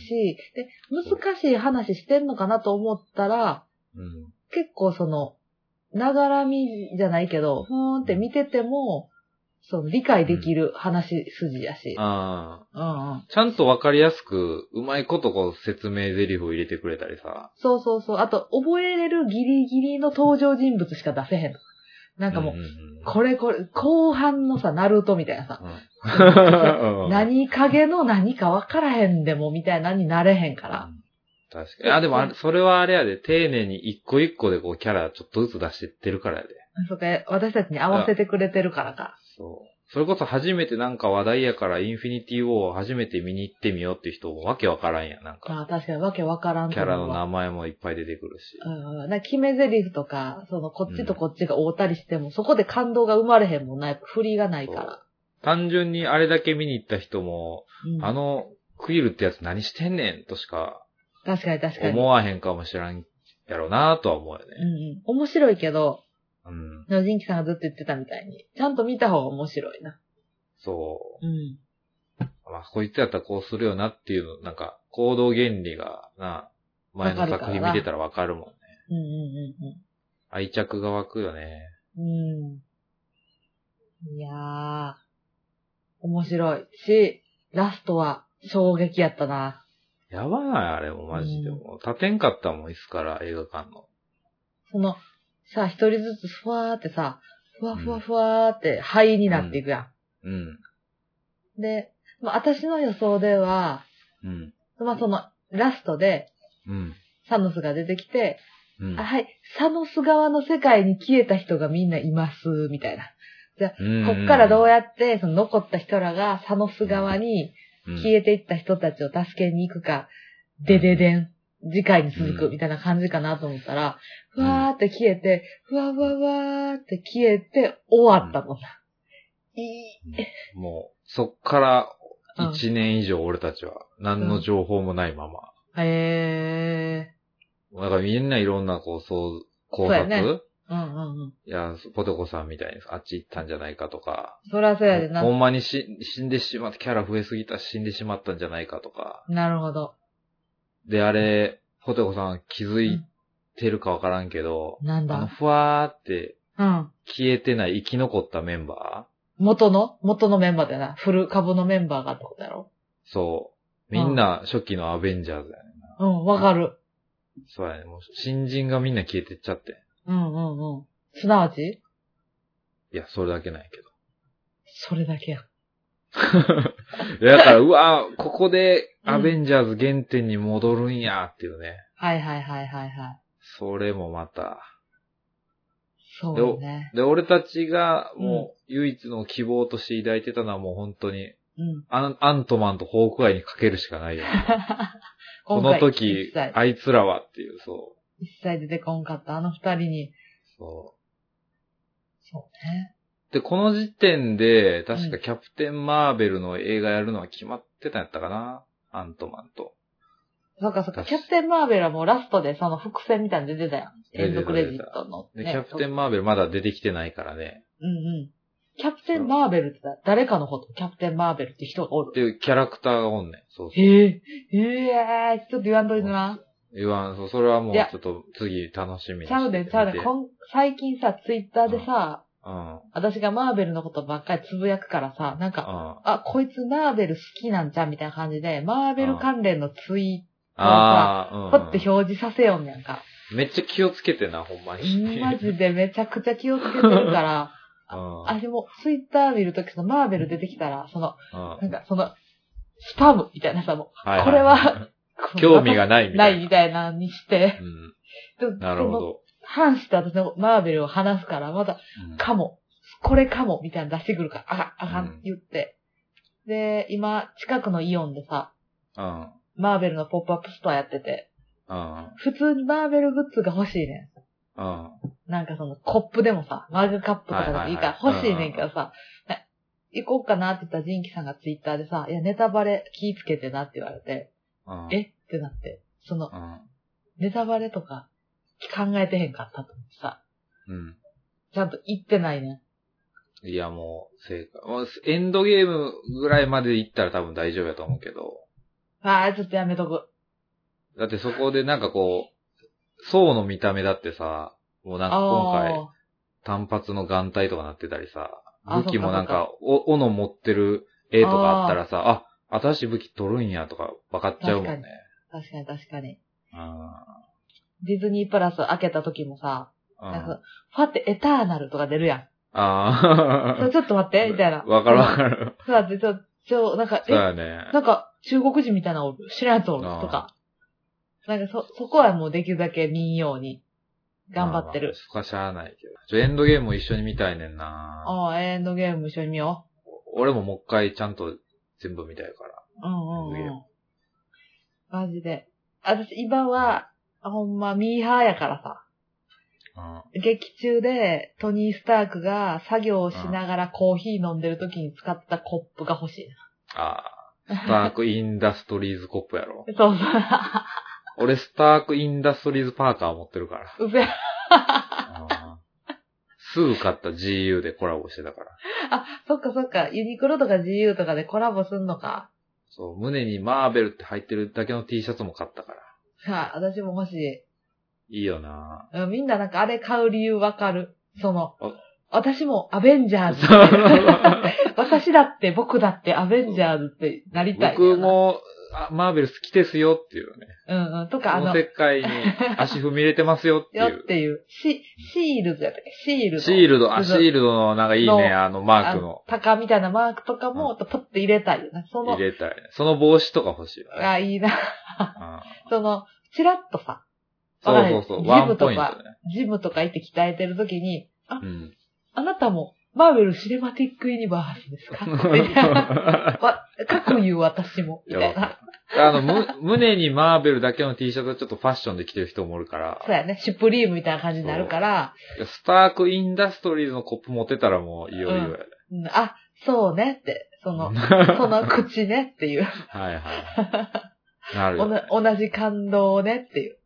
[SPEAKER 2] で、難しい話してんのかなと思ったら、
[SPEAKER 1] うん。
[SPEAKER 2] 結構その、ながらみじゃないけど、ふーんって見てても、その理解できる話筋やし。
[SPEAKER 1] ああ。
[SPEAKER 2] うんうん。
[SPEAKER 1] ちゃんとわかりやすく、うまいことこう説明台詞を入れてくれたりさ。
[SPEAKER 2] そうそうそう。あと、覚えれるギリギリの登場人物しか出せへん。なんかもう、
[SPEAKER 1] うんうん
[SPEAKER 2] これこれ、後半のさ、ナルトみたいなさ、
[SPEAKER 1] うん、 うん
[SPEAKER 2] 何影の何かわからへんでもみたいなになれへんから。
[SPEAKER 1] 確かに。あ、でもあれ、それはあれやで、丁寧に一個一個でこうキャラちょっとずつ出してってるからやで。
[SPEAKER 2] それ私たちに合わせてくれてるからか。
[SPEAKER 1] そう。それこそ初めてなんか話題やから、インフィニティウォーを初めて見に行ってみようっていう人もわけわからんやん。なんか、
[SPEAKER 2] まあ確かにわけわからん
[SPEAKER 1] キ
[SPEAKER 2] と
[SPEAKER 1] ャ
[SPEAKER 2] 思
[SPEAKER 1] ラ
[SPEAKER 2] う
[SPEAKER 1] の
[SPEAKER 2] わ。
[SPEAKER 1] 名前もいっぱい出てくるし。
[SPEAKER 2] うんうん、なんか決め台詞とか、その、こっちとこっちが覆ったりしても、そこで感動が生まれへんもんな、やっぱ振りがないから。
[SPEAKER 1] 単純にあれだけ見に行った人も、
[SPEAKER 2] うん
[SPEAKER 1] あの、クイルってやつ何してんねんとしか
[SPEAKER 2] 確かに確かに。
[SPEAKER 1] 思わへんかもしらんやろなとは思うよ
[SPEAKER 2] うん
[SPEAKER 1] ね。
[SPEAKER 2] うん。面白いけど、
[SPEAKER 1] うん。
[SPEAKER 2] のじんきさんがずっと言ってたみたいに、ちゃんと見た方が面白いな。
[SPEAKER 1] そ
[SPEAKER 2] うん。
[SPEAKER 1] う。まあ、こいつやったらこうするよなっていうの、なんか、行動原理が、な、前の作品見てたらわかるもんね。
[SPEAKER 2] うんうんうん
[SPEAKER 1] 愛着が湧くよね。
[SPEAKER 2] うん。うん。いやー、面白いし、ラストは衝撃やったな。
[SPEAKER 1] やばない、あれもマジで。
[SPEAKER 2] うん
[SPEAKER 1] もう立てんかったもん、椅子から映画館の。
[SPEAKER 2] その、さ、一人ずつふわーってさ、ふわふわふわーって灰になっていくやん。
[SPEAKER 1] うん。
[SPEAKER 2] で、まあ、私の予想では、
[SPEAKER 1] うん。
[SPEAKER 2] まあ、その、ラストで、
[SPEAKER 1] うん。
[SPEAKER 2] サノスが出てきて、
[SPEAKER 1] うん
[SPEAKER 2] あはい、サノス側の世界に消えた人がみんないます、みたいな。
[SPEAKER 1] うん。
[SPEAKER 2] こっからどう
[SPEAKER 1] や
[SPEAKER 2] やって、その残った人らがサノス側に
[SPEAKER 1] 消
[SPEAKER 2] 消えていった人たちを助けに行くか、でででん。次回に続くみたいな感じかなと思ったら、
[SPEAKER 1] うん
[SPEAKER 2] ふわーって消えて、ふわふわふわーって消えて、終わったもんな。い
[SPEAKER 1] もう、そっから
[SPEAKER 2] うん
[SPEAKER 1] 1年以上俺たちは何の情報もないまま。
[SPEAKER 2] い。へ
[SPEAKER 1] だからみんないろんなこう、そう、工
[SPEAKER 2] そうや
[SPEAKER 1] 作
[SPEAKER 2] ー。うんうんうん。
[SPEAKER 1] いや、ポテコさんみたいにあっち行ったんじゃないかとか。
[SPEAKER 2] そらそうやでな
[SPEAKER 1] ほ。んまにし死んでしまった、キャラ増えすぎたし死んでしまったんじゃないかとか。
[SPEAKER 2] なるほど。
[SPEAKER 1] で、あれ、ポテコさん気づいてるかわからんけど、
[SPEAKER 2] なん
[SPEAKER 1] あの、
[SPEAKER 2] だ。
[SPEAKER 1] ふわーって
[SPEAKER 2] うん。
[SPEAKER 1] 消えてない生き残ったメンバ
[SPEAKER 2] 元の元のメンバーだよな。フル株のメンバーがってことやろ
[SPEAKER 1] ーそう。みんな初期のアベンジャーズやね。
[SPEAKER 2] うん、わかる。
[SPEAKER 1] そうやね。もう新人がみんな消えてっちゃって。
[SPEAKER 2] うんうんうん。すなわち
[SPEAKER 1] いや、それだけないけ
[SPEAKER 2] それだけや。
[SPEAKER 1] ど。いやだから、うわーここでアベンジャーズ原点に戻るんやっていうね。
[SPEAKER 2] はいはいはいはいはい。
[SPEAKER 1] それもまた。
[SPEAKER 2] そうね。
[SPEAKER 1] で、俺たちがもう唯一の希望として抱いてたのはもう本当に、
[SPEAKER 2] うん。
[SPEAKER 1] アンアントマンとホークアイにかけるしか ないよね、こ
[SPEAKER 2] 今
[SPEAKER 1] の
[SPEAKER 2] 回
[SPEAKER 1] 時
[SPEAKER 2] 一切、、
[SPEAKER 1] あいつらはっていう、そ
[SPEAKER 2] 一切出てこんかったあの二人に。
[SPEAKER 1] う。そ
[SPEAKER 2] そうね。
[SPEAKER 1] う。で、この時点で、確かキャプテン・マーベルの映画やるのは決まってたんやったかな。アントマンと。
[SPEAKER 2] そうかそうか。
[SPEAKER 1] 確
[SPEAKER 2] キ
[SPEAKER 1] か
[SPEAKER 2] ャプテン・マーベルはもうラストでその伏線みたいなの出てたやん。エンドクレジットの、
[SPEAKER 1] で、
[SPEAKER 2] ね。
[SPEAKER 1] キャプテン・マーベルまだ出てきてないからね。
[SPEAKER 2] うんうん。キャプテン・マーベルって誰かのことキャプテン・マーベルって人がおる。
[SPEAKER 1] っていうキャラクターがおんねん。そうそう。
[SPEAKER 2] へえ、へえ、ちょっと言わんといてな。
[SPEAKER 1] 言わん、そう、それはもう
[SPEAKER 2] い
[SPEAKER 1] ち
[SPEAKER 2] や
[SPEAKER 1] ょっと次楽しみにして
[SPEAKER 2] ちゃうで、ちゃうで、こん、最近さ、ツイッターでさ、
[SPEAKER 1] うん。うん。
[SPEAKER 2] 私がマーベルのことばっかりつぶやくからさ、なんか、あ、こいつマーベル好きなんじゃんみたいな感じで、マーベル関連のツイ
[SPEAKER 1] ああ、うん
[SPEAKER 2] ー
[SPEAKER 1] う
[SPEAKER 2] ト、
[SPEAKER 1] ん。
[SPEAKER 2] パって表示させよんねやんか。
[SPEAKER 1] めっちゃ気をつけてな、ほんまに。
[SPEAKER 2] マジでめちゃくちゃ気をつけてる から、
[SPEAKER 1] うん
[SPEAKER 2] あ、でも、ツイッター見るとき、そのマーベル出てきたら、その、
[SPEAKER 1] うん
[SPEAKER 2] なんか、その、スパムみたいなさ、も
[SPEAKER 1] いい
[SPEAKER 2] これは、う
[SPEAKER 1] 興味がないみた
[SPEAKER 2] ないい
[SPEAKER 1] な。
[SPEAKER 2] みたいなのにして、
[SPEAKER 1] うん。なるほ
[SPEAKER 2] その。
[SPEAKER 1] ど。
[SPEAKER 2] 反して私のマーベルを話すから、まだ、
[SPEAKER 1] うん
[SPEAKER 2] かも、これかも、みたいなの出してくるから、あかん、あかん
[SPEAKER 1] う、ん
[SPEAKER 2] 言って。で、今、近くのイオンでさ、
[SPEAKER 1] うん。
[SPEAKER 2] マーベルのポップアップストアやってて、
[SPEAKER 1] うん。
[SPEAKER 2] 普通にマーベルグッズが欲しいね
[SPEAKER 1] うん。
[SPEAKER 2] ん。なんかその、コップでもさ、マグカップとかでもいいから
[SPEAKER 1] はいはいはい
[SPEAKER 2] 欲しいねんけどさ、な行こうかなって言ったらジンキさんがツイッターでさ、いや、ネタバレ気ぃつけてなって言われて、
[SPEAKER 1] うん。
[SPEAKER 2] えってなって、その、
[SPEAKER 1] うん。
[SPEAKER 2] ネタバレとか考えてへんかったと思ってさ、
[SPEAKER 1] うん。
[SPEAKER 2] ちゃんと言ってないねん。
[SPEAKER 1] いや、もう、正解。もうエンドゲームぐらいまで行ったら多分大丈夫やと思うけど。
[SPEAKER 2] あー、ちょっとやめとく。
[SPEAKER 1] だってそこでなんかこう、層の見た目だってさ、もうなんか今回、
[SPEAKER 2] あ
[SPEAKER 1] 単発の眼帯とかなってたりさ、
[SPEAKER 2] あ
[SPEAKER 1] 武器もなん
[SPEAKER 2] そっか
[SPEAKER 1] か、お、斧持ってる絵とかあったらさ、あ、新しい武器取るんやとか分かっちゃうもんね
[SPEAKER 2] 確。ー確かに確かに。
[SPEAKER 1] うん
[SPEAKER 2] ディズニープラス開けた時もさ、
[SPEAKER 1] う
[SPEAKER 2] なん
[SPEAKER 1] ん
[SPEAKER 2] か、ファってエターナルとか出るやん。そ
[SPEAKER 1] あ
[SPEAKER 2] れちょっと待って、みたいな
[SPEAKER 1] あ。。わかるわかる。
[SPEAKER 2] そうだって、ちょ、ちょ、なんか、
[SPEAKER 1] そう
[SPEAKER 2] え、
[SPEAKER 1] やね。
[SPEAKER 2] なんか、中国人みたいなのおる知らんやつおる
[SPEAKER 1] あー
[SPEAKER 2] とか。なんか、そ、そこはもうできるだけ民謡に頑張
[SPEAKER 1] ま
[SPEAKER 2] って
[SPEAKER 1] あまあ
[SPEAKER 2] る。
[SPEAKER 1] そこはしゃあないけど。ちょ、エンドゲームも一緒に見たいねんな。
[SPEAKER 2] ああ、エンドゲーム一緒に見よ
[SPEAKER 1] 俺ももう一回ちゃんと全部見たいから。
[SPEAKER 2] う。うんうん
[SPEAKER 1] エンドゲー
[SPEAKER 2] うん。マジで。私、今は、ほんま、ミーハーやからさ。
[SPEAKER 1] うん。
[SPEAKER 2] 劇中でトニー・スタークが作業をしながらコーヒー飲んでる時に使ったコップが欲しいな。
[SPEAKER 1] ああ。スタークインダストリーズコップやろ。
[SPEAKER 2] そう
[SPEAKER 1] 俺、スタークインダストリーズパーカー持ってるから。
[SPEAKER 2] そう。 うせあ、
[SPEAKER 1] うんすぐ買った GU でコラボしてたから。
[SPEAKER 2] そっかそっか。ユニクロとか GU とかでコラボすんのか。
[SPEAKER 1] そう、胸にマーベルって入ってるだけの T シャツも買ったから。
[SPEAKER 2] はあ、私も欲しい。
[SPEAKER 1] いいよな
[SPEAKER 2] うんみんななんかあれ買う理由わかる。その
[SPEAKER 1] あ、
[SPEAKER 2] 私もアベンジャーズ。 私だって僕だってアベンジャーズってなりたい。
[SPEAKER 1] 僕。も、あマーベル好きですよっていうね。
[SPEAKER 2] うんうん。と
[SPEAKER 1] こ
[SPEAKER 2] かあ
[SPEAKER 1] の
[SPEAKER 2] の、
[SPEAKER 1] 世
[SPEAKER 2] よ
[SPEAKER 1] 界に足踏み入れてますよってい
[SPEAKER 2] っ
[SPEAKER 1] う。
[SPEAKER 2] ていう。シ、シールズやったっけシールズ。
[SPEAKER 1] シールド、あ、シールドのなんかいいね、
[SPEAKER 2] の
[SPEAKER 1] あのマーク
[SPEAKER 2] の
[SPEAKER 1] の。
[SPEAKER 2] 鷹みたいなマークとかも、ポッて入れたいよな。その
[SPEAKER 1] 入、れたいね。その帽子とか欲しいよね。
[SPEAKER 2] あ、いいな。
[SPEAKER 1] うん
[SPEAKER 2] その、チラッとさ、
[SPEAKER 1] そうそうそう、ワ
[SPEAKER 2] わかる
[SPEAKER 1] ンポイントね。
[SPEAKER 2] ジムとか行って鍛えてる時に、あ
[SPEAKER 1] う、ん。
[SPEAKER 2] あなたも、マーベルシネマ ティックユニバースですかみたいなわかっこいい私も、みたいな。
[SPEAKER 1] あの、む、胸にマーベルだけの T シャツはちょっとファッションで着てる人もおるから
[SPEAKER 2] そう、やね、シュプリームみたいな感じになるから、
[SPEAKER 1] スタークインダストリーズのコップ持ってたらもういよいよやで。
[SPEAKER 2] うんあ、そうねって、その、そ
[SPEAKER 1] は
[SPEAKER 2] の口ねっ ていう、
[SPEAKER 1] いはい。なる
[SPEAKER 2] お
[SPEAKER 1] よ。
[SPEAKER 2] な同じ感動をねっていう。
[SPEAKER 1] うん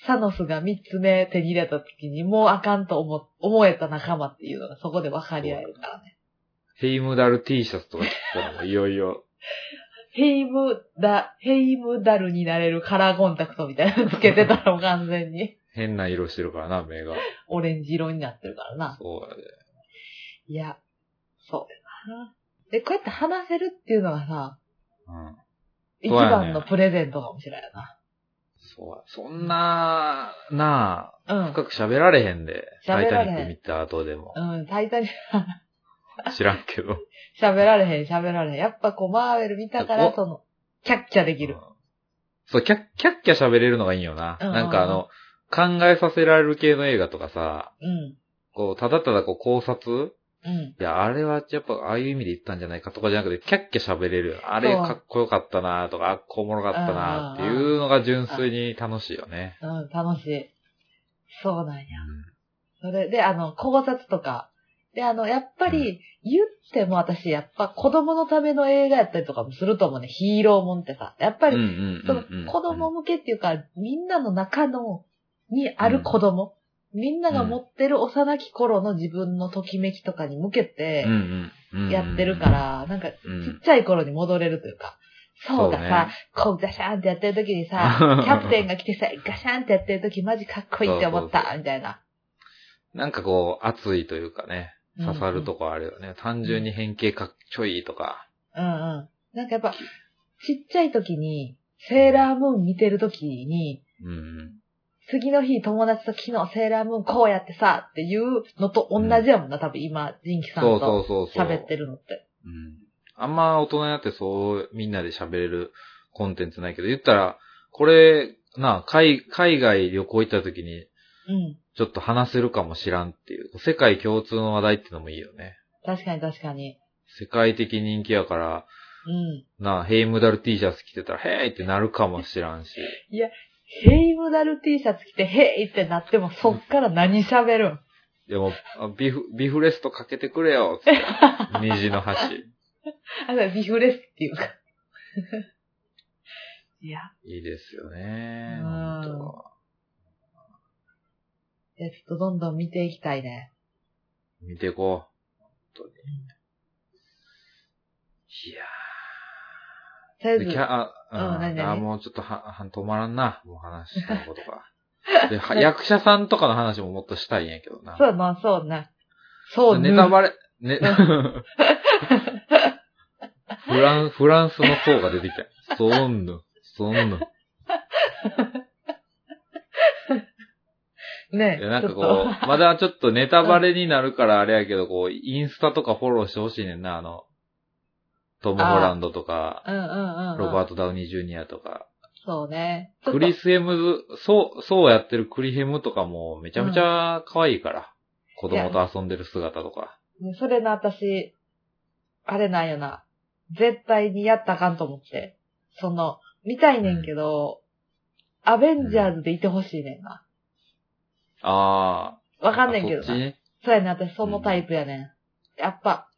[SPEAKER 2] サノスが三つ目手に入れた時にもうあかんと思、思えた仲間っていうのがそこで分かり合えるからね。
[SPEAKER 1] ヘイムダル T シャツとか着てたらもういよいよ。
[SPEAKER 2] ヘイムダ、ヘイムダルになれるカラーコンタクトみたいなのつけてたらもう完 全に
[SPEAKER 1] 変な色してるからな、目が。
[SPEAKER 2] オレンジ色になってるからな。
[SPEAKER 1] そうやで。
[SPEAKER 2] いや、そうやな。で、こうやって話せるっていうのがさ、
[SPEAKER 1] うん。
[SPEAKER 2] 一
[SPEAKER 1] そうやね
[SPEAKER 2] 番のプレゼントかもしれんな。
[SPEAKER 1] そうや。そんな、な
[SPEAKER 2] う
[SPEAKER 1] あ、
[SPEAKER 2] ん。
[SPEAKER 1] 深く喋られへんで。タ
[SPEAKER 2] 喋
[SPEAKER 1] イ
[SPEAKER 2] ら
[SPEAKER 1] タ
[SPEAKER 2] れへん
[SPEAKER 1] ニック見た後でも。
[SPEAKER 2] うん、大体
[SPEAKER 1] 知らんけど。
[SPEAKER 2] 喋られへん、喋られへん。やっぱこう、マーベル見たから、
[SPEAKER 1] お
[SPEAKER 2] その、キャッキャできる
[SPEAKER 1] うん。。そう、キャッ、キャッキャ喋れるのがいいよな。
[SPEAKER 2] うん
[SPEAKER 1] なんかあの、考えさせられる系の映画とかさ、
[SPEAKER 2] うん。
[SPEAKER 1] こう、ただただこう考察
[SPEAKER 2] うん。
[SPEAKER 1] いや、あれはやっぱ、ああいう意味で言ったんじゃないかとかじゃなくて、キャッキャ喋れるよ。あれ
[SPEAKER 2] そう
[SPEAKER 1] かっこよかったなとか、あっこおもろかったなっていうのが純粋に楽しいよね。
[SPEAKER 2] うん、楽しい。そうなんや。それで、あの、考察とか。で、あの、やっぱり、言っても私、やっぱ子供のための映画やったりとかもすると思うね。ヒーローもんってさ。やっぱ
[SPEAKER 1] うん
[SPEAKER 2] り、
[SPEAKER 1] うん
[SPEAKER 2] その
[SPEAKER 1] うんうん
[SPEAKER 2] 子供向けっていうか、みんなの中の、にある子供。みんなが持ってる幼き頃の自分のときめきとかに向け
[SPEAKER 1] うん
[SPEAKER 2] て、
[SPEAKER 1] うんうんうん
[SPEAKER 2] やってるか、ら、なんか、
[SPEAKER 1] う
[SPEAKER 2] ちっ
[SPEAKER 1] ん
[SPEAKER 2] ちゃい頃に戻れるというか、そうか
[SPEAKER 1] そう
[SPEAKER 2] さ
[SPEAKER 1] ね、
[SPEAKER 2] こうガシャンってやってる時に さ、キャプテンが来てさ、ガシャンってやってる時マジかっこいいって思っ
[SPEAKER 1] そうそう
[SPEAKER 2] た、みたいな。
[SPEAKER 1] なんかこう、熱いというかね、刺さると
[SPEAKER 2] こ。
[SPEAKER 1] こあるよね。単純に変形かっちょいいとか。
[SPEAKER 2] うんうん。なんかやっぱ、ちっちゃい時に、セーラームーン見てる時に、
[SPEAKER 1] うんうん。
[SPEAKER 2] 次の日友達と昨日セーラームーンこうやってさ、っていうのと同じやもんな、多分今、ジンキさん
[SPEAKER 1] そうそ
[SPEAKER 2] と
[SPEAKER 1] うそうそう。
[SPEAKER 2] 喋ってるのって。
[SPEAKER 1] うん。あんま大人になってそう、みんなで喋れるコンテンツないけど、言ったら、これ、なあ、海、海外旅行行った時に、
[SPEAKER 2] うん。
[SPEAKER 1] ちょっと話せるかもしらんっていう、世界共通の話題ってのもいいよね。
[SPEAKER 2] 確かに確かに。
[SPEAKER 1] 世界的人気やから、
[SPEAKER 2] うん。
[SPEAKER 1] なあ、ヘイムダル T シャツ着てたら、へーいってなるかもしらんし。
[SPEAKER 2] ヘイムダル T シャツ着て、ヘイってなっても、そっから何喋るん
[SPEAKER 1] でも、あビフ、ビフレストかけてくれよ、 つって。虹の橋。
[SPEAKER 2] あ、それビフレスっていうか。 いや、
[SPEAKER 1] いいですよね。
[SPEAKER 2] うん
[SPEAKER 1] ほんと
[SPEAKER 2] いやちょっとどんどん見ていきたいね。
[SPEAKER 1] 見てこう。本当に。いや
[SPEAKER 2] とりあえ
[SPEAKER 1] ー。
[SPEAKER 2] ず
[SPEAKER 1] で、キャ、あ、
[SPEAKER 2] うん何
[SPEAKER 1] うん、
[SPEAKER 2] 々
[SPEAKER 1] あもうちょっとは、は、止まらんな。もう話したこと が。で、は役者さんとかの話ももっとしたいんやけどな。
[SPEAKER 2] そうな、そうな。そうね。
[SPEAKER 1] ネタバレ、ね、 フラン、フランスの層が出てきた。そんぬ、そんぬ。
[SPEAKER 2] ね
[SPEAKER 1] いや、なんか
[SPEAKER 2] ち
[SPEAKER 1] こ
[SPEAKER 2] ょっ
[SPEAKER 1] う、まだちょっとネタバレになるからあれやけど、こう、インスタとかフォローしてほしいねんな、あの、トム・ホランドとか、
[SPEAKER 2] と。うんうんうん。
[SPEAKER 1] ロバー
[SPEAKER 2] ト。
[SPEAKER 1] ト・ダウニー・ジュニアとか、
[SPEAKER 2] そうね。ちょっと
[SPEAKER 1] クリス・ヘムズ、そう、そうやってるクリヘムとかもめちゃめちゃ可愛いから、子供と遊んでる姿とか。
[SPEAKER 2] ねそれな、私、あれなんよな。絶対にやったらあかんと思って。その、見たいねんけど、アベンジャーズでいてほしいねんな。
[SPEAKER 1] ああ。
[SPEAKER 2] わかんねんけど
[SPEAKER 1] あ
[SPEAKER 2] な。
[SPEAKER 1] そっちね。
[SPEAKER 2] そうやねん、私そのタイプやねん。やっぱ、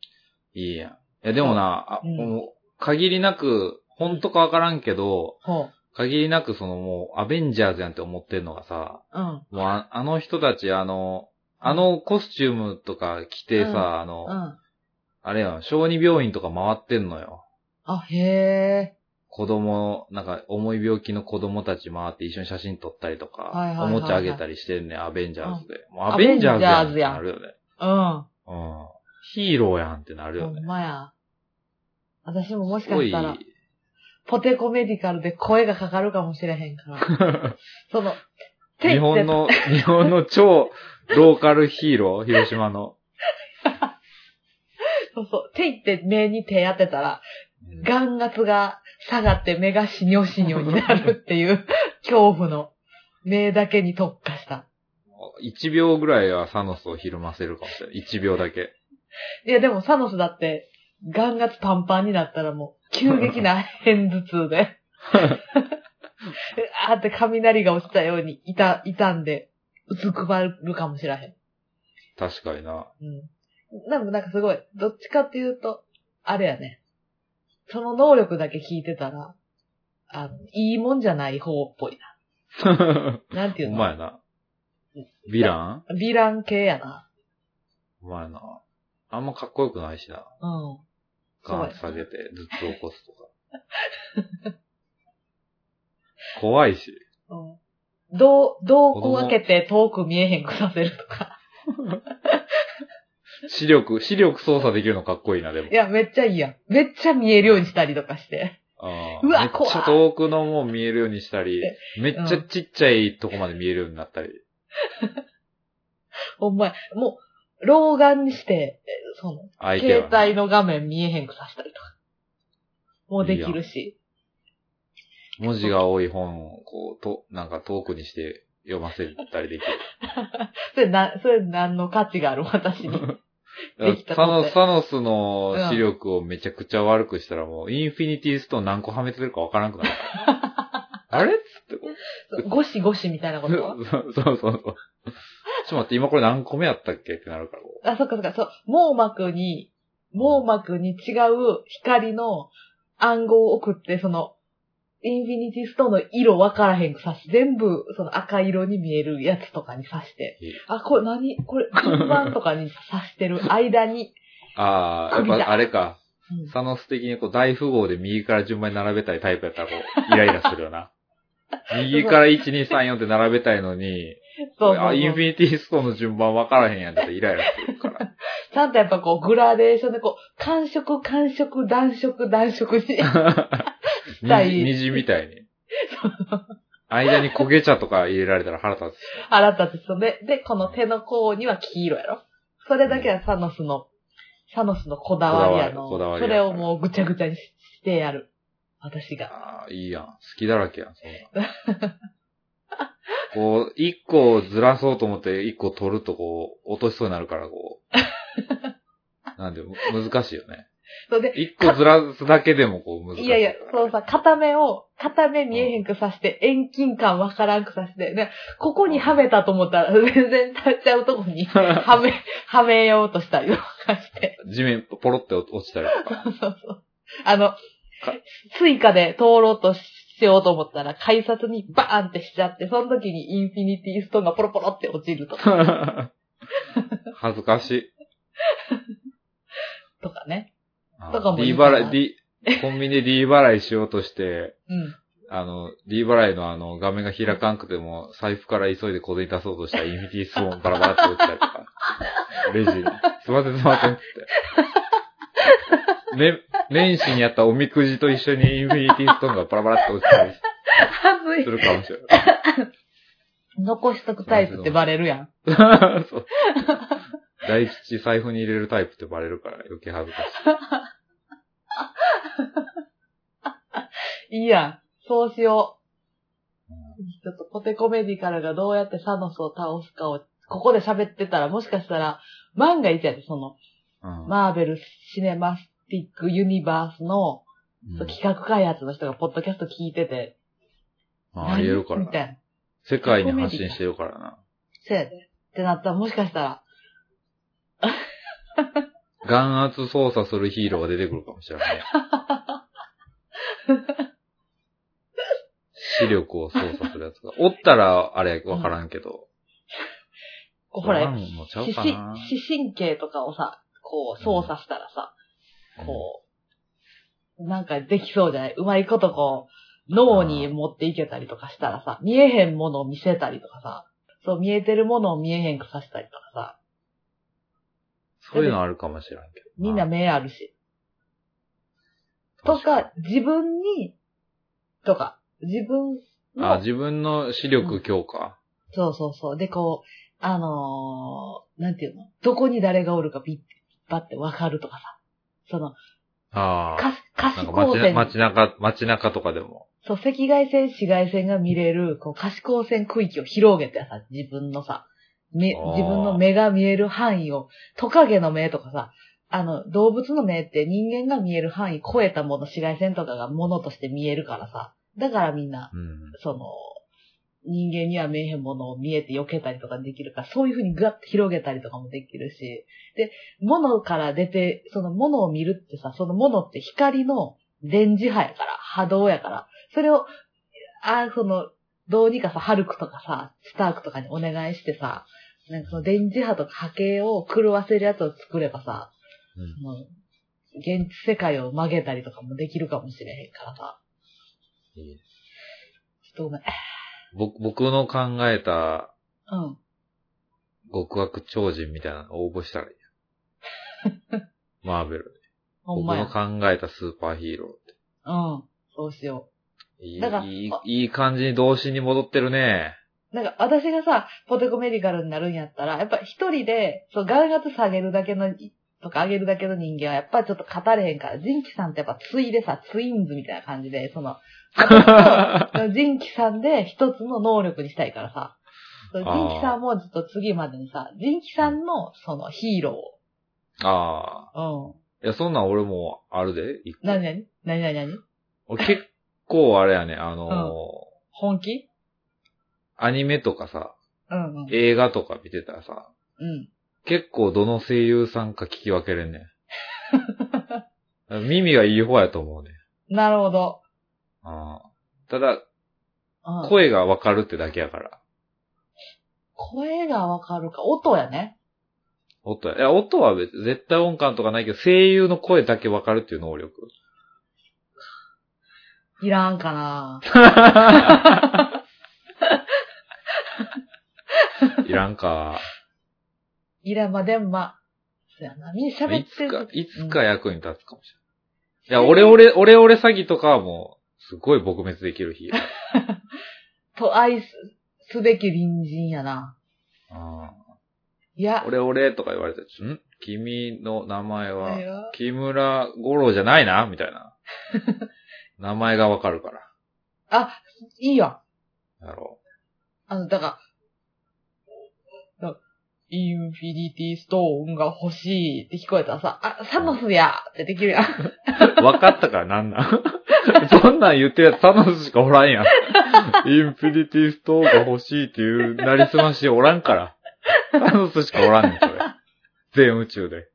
[SPEAKER 1] いいやん。いや、でもな、あ
[SPEAKER 2] うん
[SPEAKER 1] もう限りなく、本当かわからんけど、
[SPEAKER 2] ほう。
[SPEAKER 1] 限りなくそのもう、アベンジャーズやんって思ってるのがさ、
[SPEAKER 2] うん。
[SPEAKER 1] もうああの人たち、あの、あのコスチュームとか着てさ、
[SPEAKER 2] うん
[SPEAKER 1] あの、
[SPEAKER 2] うん。
[SPEAKER 1] あれやん、小児病院とか回ってんのよ。
[SPEAKER 2] あ、へー。
[SPEAKER 1] 子供、なんか重い病気の子供たち回って一緒に写真撮ったりとか、
[SPEAKER 2] はいはいはいはい
[SPEAKER 1] おもちゃあげたりしてんねん、アベンジャーズで。もう
[SPEAKER 2] あ
[SPEAKER 1] アベンジャーズやんって
[SPEAKER 2] ア
[SPEAKER 1] なる
[SPEAKER 2] ベ
[SPEAKER 1] よね。
[SPEAKER 2] うん。
[SPEAKER 1] うん。ヒーローやんってなるよ
[SPEAKER 2] ほ
[SPEAKER 1] ね
[SPEAKER 2] ん。まや。私ももし
[SPEAKER 1] す
[SPEAKER 2] か
[SPEAKER 1] ご
[SPEAKER 2] し
[SPEAKER 1] い
[SPEAKER 2] たら、ポテコメディカルで声がかかるかもしれへんから。 その、手
[SPEAKER 1] 日本の、日本の超ローカルヒー ロー、広島の。
[SPEAKER 2] そうそう、手いって目に手当てたら、
[SPEAKER 1] うん
[SPEAKER 2] 眼圧が下がって目がしにょしにょになるっていう恐怖の目だけに特化した。
[SPEAKER 1] 1秒ぐらいはサノスをひるませるかもしれない。1秒だけ。
[SPEAKER 2] いやでもサノスだって、眼圧パンパンになったらもう、急激な偏頭 痛で。あーって雷が落ちたように、いた、傷んで、うずくまるかもしらへん。
[SPEAKER 1] 確かにな。
[SPEAKER 2] うん。でもなんかすごい、どっちかっていうと、あれやね。その能力だけ聞いてたら、あの、いいもんじゃない方っぽい な。なんていう
[SPEAKER 1] お
[SPEAKER 2] の
[SPEAKER 1] 前な。ヴィラン
[SPEAKER 2] ヴィラン系やな。
[SPEAKER 1] お前な。あんまかっこよくないしな。
[SPEAKER 2] うん。そう
[SPEAKER 1] ガ
[SPEAKER 2] や
[SPEAKER 1] ン
[SPEAKER 2] な
[SPEAKER 1] って下げて、ずっと起こすとか。 怖いし。
[SPEAKER 2] うん。どう、どうこう開けて遠く見えへんくさせるとか。
[SPEAKER 1] 視力、視力操作できるのかっこいいな、でも
[SPEAKER 2] い。や、めっちゃいいやん。めっちゃ見えるようにしたりとかして。
[SPEAKER 1] あ
[SPEAKER 2] うわ
[SPEAKER 1] めっちゃ遠くのも見えるようにしたり、めっちゃちっちゃいとこまで見えるようになったり。
[SPEAKER 2] ほんまや。もう、老眼にして、えその、
[SPEAKER 1] 相手は
[SPEAKER 2] 携
[SPEAKER 1] ね、
[SPEAKER 2] 帯の画面見えへんくさしたりとか。もうできるし。
[SPEAKER 1] 文字が多い本を、こう、と、なんか遠くにして読ませたりできる。
[SPEAKER 2] それな、それ何の価値がある私に。 できた
[SPEAKER 1] サノ
[SPEAKER 2] と
[SPEAKER 1] ス、
[SPEAKER 2] て
[SPEAKER 1] サノスの視力をめちゃくちゃ悪くしたらもう、インフィニティストーン何個はめてるかわからん くなる。あれっつってこう
[SPEAKER 2] ゴシゴシみたいな こ
[SPEAKER 1] そう
[SPEAKER 2] と
[SPEAKER 1] そうそうそう。ちょっと待って、今これ何個目やったっけってなるから。こ
[SPEAKER 2] あ、そっかそっか、そう。網膜に、網膜に違う光の暗号を送って、その、インフィニティストーンの色分からへんくさし、全部、その赤色に見えるやつとかに刺して
[SPEAKER 1] いい、
[SPEAKER 2] あ、これ何これ、順番とかに刺してる間に、
[SPEAKER 1] うああ、やっ
[SPEAKER 2] 首だ
[SPEAKER 1] ぱあれか。
[SPEAKER 2] うん
[SPEAKER 1] サノス的にこう大富豪で右から順番に並べたいタイプやったらこ う、イライラするよな。右から1234って並べたいのに、
[SPEAKER 2] そうそうそう
[SPEAKER 1] あインフィニティストーンの順番分からへんやんだってイライ ラするから。
[SPEAKER 2] ちゃんとやっぱこう、グラデーションでこう、感触、感触、暖色、暖色に。たい
[SPEAKER 1] 虹虹みたいに。 間に焦げ茶とか入れられたら腹立つし。
[SPEAKER 2] 腹立つ人で、で、この手の甲には黄色やろ。それだけはサノスの、サノスのこだわりやの。
[SPEAKER 1] こだわりこだわりや
[SPEAKER 2] それをもうぐちゃぐちゃにししてやる。私が。
[SPEAKER 1] ああ、いいやん。好きだらけやん、そんなん。 こう、一個をずらそうと思って一個取るとこう、落としそうになるから、こ う。なんで、む難しいよね。
[SPEAKER 2] それで、
[SPEAKER 1] 一個ずらすだけでもこう、難しい。
[SPEAKER 2] いやいや、そうさ、片目を、片目見えへんくさして、遠近感わからんくさして、ね、ここにはめたと思ったら、全然立っちゃうとこに、はめ、はめようとしたりとかして。
[SPEAKER 1] 地面ポロって落ちたりとか。
[SPEAKER 2] そうそう。あの、スイカで通ろうとしようと思ったら、改札にバーンってしちゃって、その時にインフィニティストーンがポロポロって落ちるとか、
[SPEAKER 1] 恥ずかしい。
[SPEAKER 2] とかね。
[SPEAKER 1] あ
[SPEAKER 2] とかもいい
[SPEAKER 1] D
[SPEAKER 2] かな
[SPEAKER 1] 払い、D、コンビニで D 払いしようとして、
[SPEAKER 2] うん。
[SPEAKER 1] あの、D 払いのあの、画面が開かんくても、財布から急いで小銭出そうとしたら、インフィニティストーンバラバラって落ちたりとか。レジに。すいません、すいません、つって。ね、年始にやったおみくじと一緒にインフィニティストーンがバラバラって落ちたり
[SPEAKER 2] 恥
[SPEAKER 1] す
[SPEAKER 2] ずい。
[SPEAKER 1] るかもしれない。
[SPEAKER 2] 残しとくタイプってバレるやん。
[SPEAKER 1] そう。大吉財布に入れるタイプってバレるから余計恥ずかしい。
[SPEAKER 2] いいやん。そうしよう。ちょっとコテコメディからがどうやってサノスを倒すかを、ここで喋ってたら、もしかしたら、万が一やで、その、
[SPEAKER 1] うん。
[SPEAKER 2] マーベル・シネマスティック・ユニバースの、
[SPEAKER 1] うん
[SPEAKER 2] 企画開発の人がポッドキャスト聞いてて、
[SPEAKER 1] まあ、ありえるから
[SPEAKER 2] 何みたい
[SPEAKER 1] な。
[SPEAKER 2] な。
[SPEAKER 1] 世界に発信してるからな。
[SPEAKER 2] そうやで。ってなったら、もしかしたら、
[SPEAKER 1] 眼圧操作するヒーローが出てくるかもしれない ね。視力を操作するやつが。おったら、あれ、わからんけど。
[SPEAKER 2] こうほら、
[SPEAKER 1] んのちゃう
[SPEAKER 2] 視
[SPEAKER 1] か
[SPEAKER 2] 神
[SPEAKER 1] な。
[SPEAKER 2] 視神経とかをさ、こう操作したらさ、こう、なんかできそうじゃないうまいことこう、脳に持っていけたりとかしたらさ、見えへんものを見せたりとかさ、そう見えてるものを見えへんくさせたりとかさ、
[SPEAKER 1] そういうのあるかもしれんけど。
[SPEAKER 2] みんな
[SPEAKER 1] ま
[SPEAKER 2] 目あるし。
[SPEAKER 1] あ
[SPEAKER 2] とか、、自分に、とか、自分の
[SPEAKER 1] あ、自分の視力強化。
[SPEAKER 2] そうそうそう。で、こう、あのーなんていうのどこに誰がおるかビッバってわかるとかさ。その、
[SPEAKER 1] ああ。
[SPEAKER 2] かす、可視
[SPEAKER 1] なんか
[SPEAKER 2] 光
[SPEAKER 1] 街な
[SPEAKER 2] 線。
[SPEAKER 1] 街中、街中とかでも。
[SPEAKER 2] そう、赤外線、紫外線が見れる、こう、可視光線区域を広げてさ、自分のさ、目、
[SPEAKER 1] あー
[SPEAKER 2] 自分の目が見える範囲を、トカゲの目とかさ、あの、動物の目って人間が見える範囲超えたもの、紫外線とかがものとして見えるからさ。だからみんな、
[SPEAKER 1] うん。
[SPEAKER 2] その、人間には見えへんものを見えて避けたりとかできるから、そういう風にグワッと広げたりとかもできるし、で、物から出て、その物を見るってさ、その物って光の電磁波やから、波動やから、それを、あーその、どうにかさ、ハルクとかさ、スタークとかにお願いしてさ、なんかその電磁波とか波形を狂わせるやつを作ればさ、
[SPEAKER 1] うん
[SPEAKER 2] その現地世界を曲げたりとかもできるかもしれへんからさ、
[SPEAKER 1] いいです
[SPEAKER 2] ちょっとごめん。
[SPEAKER 1] 僕僕の考えた
[SPEAKER 2] うん。
[SPEAKER 1] 極悪超人みたいなの応募したらいい や。マーベル。
[SPEAKER 2] ほん
[SPEAKER 1] 僕
[SPEAKER 2] ま
[SPEAKER 1] の
[SPEAKER 2] や。
[SPEAKER 1] 考えたスーパーヒーローって。
[SPEAKER 2] うん。そうしよ
[SPEAKER 1] いい
[SPEAKER 2] だから
[SPEAKER 1] い
[SPEAKER 2] あ
[SPEAKER 1] いいい感じに童心に戻ってる ね。
[SPEAKER 2] う。なんか、私がさ、ポテコメディカルになるんやったら、やっぱ一人で、そう、ガンガツ下げるだけの、とか上げるだけの人間は、やっぱちょっと語れへんから、ジンキさんってやっぱついでさ、ツインズみたいな感じで、 その、私とジンキさんで一つの能力にしたいからさ、そうジ
[SPEAKER 1] あー
[SPEAKER 2] ンキさんもずっと次までにさ、ジンキさんの、その、ヒーロ
[SPEAKER 1] ああ。
[SPEAKER 2] ーを、
[SPEAKER 1] いや、そんなん俺もあるで。一個
[SPEAKER 2] うん。なになになになになに
[SPEAKER 1] 俺結構あれやね、あのー
[SPEAKER 2] 本気
[SPEAKER 1] アニメとかさ、
[SPEAKER 2] うんうん。
[SPEAKER 1] 映画とか見てたらさ、
[SPEAKER 2] うん。
[SPEAKER 1] 結構どの声優さんか聞き分けれんねん。 耳はいい方やと思うね。
[SPEAKER 2] なるほど。
[SPEAKER 1] あーただ、
[SPEAKER 2] うん、
[SPEAKER 1] 声がわかるってだけやから。
[SPEAKER 2] 声がわかるか。音やね。
[SPEAKER 1] 音や。いや、音は別絶対音感とかないけど、声優の声だけわかるっていう能力。
[SPEAKER 2] いらんかな
[SPEAKER 1] いらんか。
[SPEAKER 2] いらん、まあ、でもまあ、そやな。みんな喋
[SPEAKER 1] い
[SPEAKER 2] って
[SPEAKER 1] つ
[SPEAKER 2] る
[SPEAKER 1] か、
[SPEAKER 2] 時。
[SPEAKER 1] いつか役に立つかもしれない。いや、俺俺、俺俺詐欺とかはもう、すごい撲滅できる 日。
[SPEAKER 2] と愛す、すべき隣人やな。
[SPEAKER 1] あ
[SPEAKER 2] いや
[SPEAKER 1] ー、俺俺とか言われて、ん君の名前は、
[SPEAKER 2] いや
[SPEAKER 1] 木村五郎じゃないなみたい な。名前がわかるから。
[SPEAKER 2] いいや。
[SPEAKER 1] やろ
[SPEAKER 2] あの、だから、だインフィニティストーンが欲しいって聞こえたらさ、あ、サノスやってできるやん。
[SPEAKER 1] う。わかったからなんなんそんなん言ってるやつ、サノスしかおらん やん。インフィニティストーンが欲しいっていうなりすましおらんから。サノスしかおらんねん、それ。全宇宙で。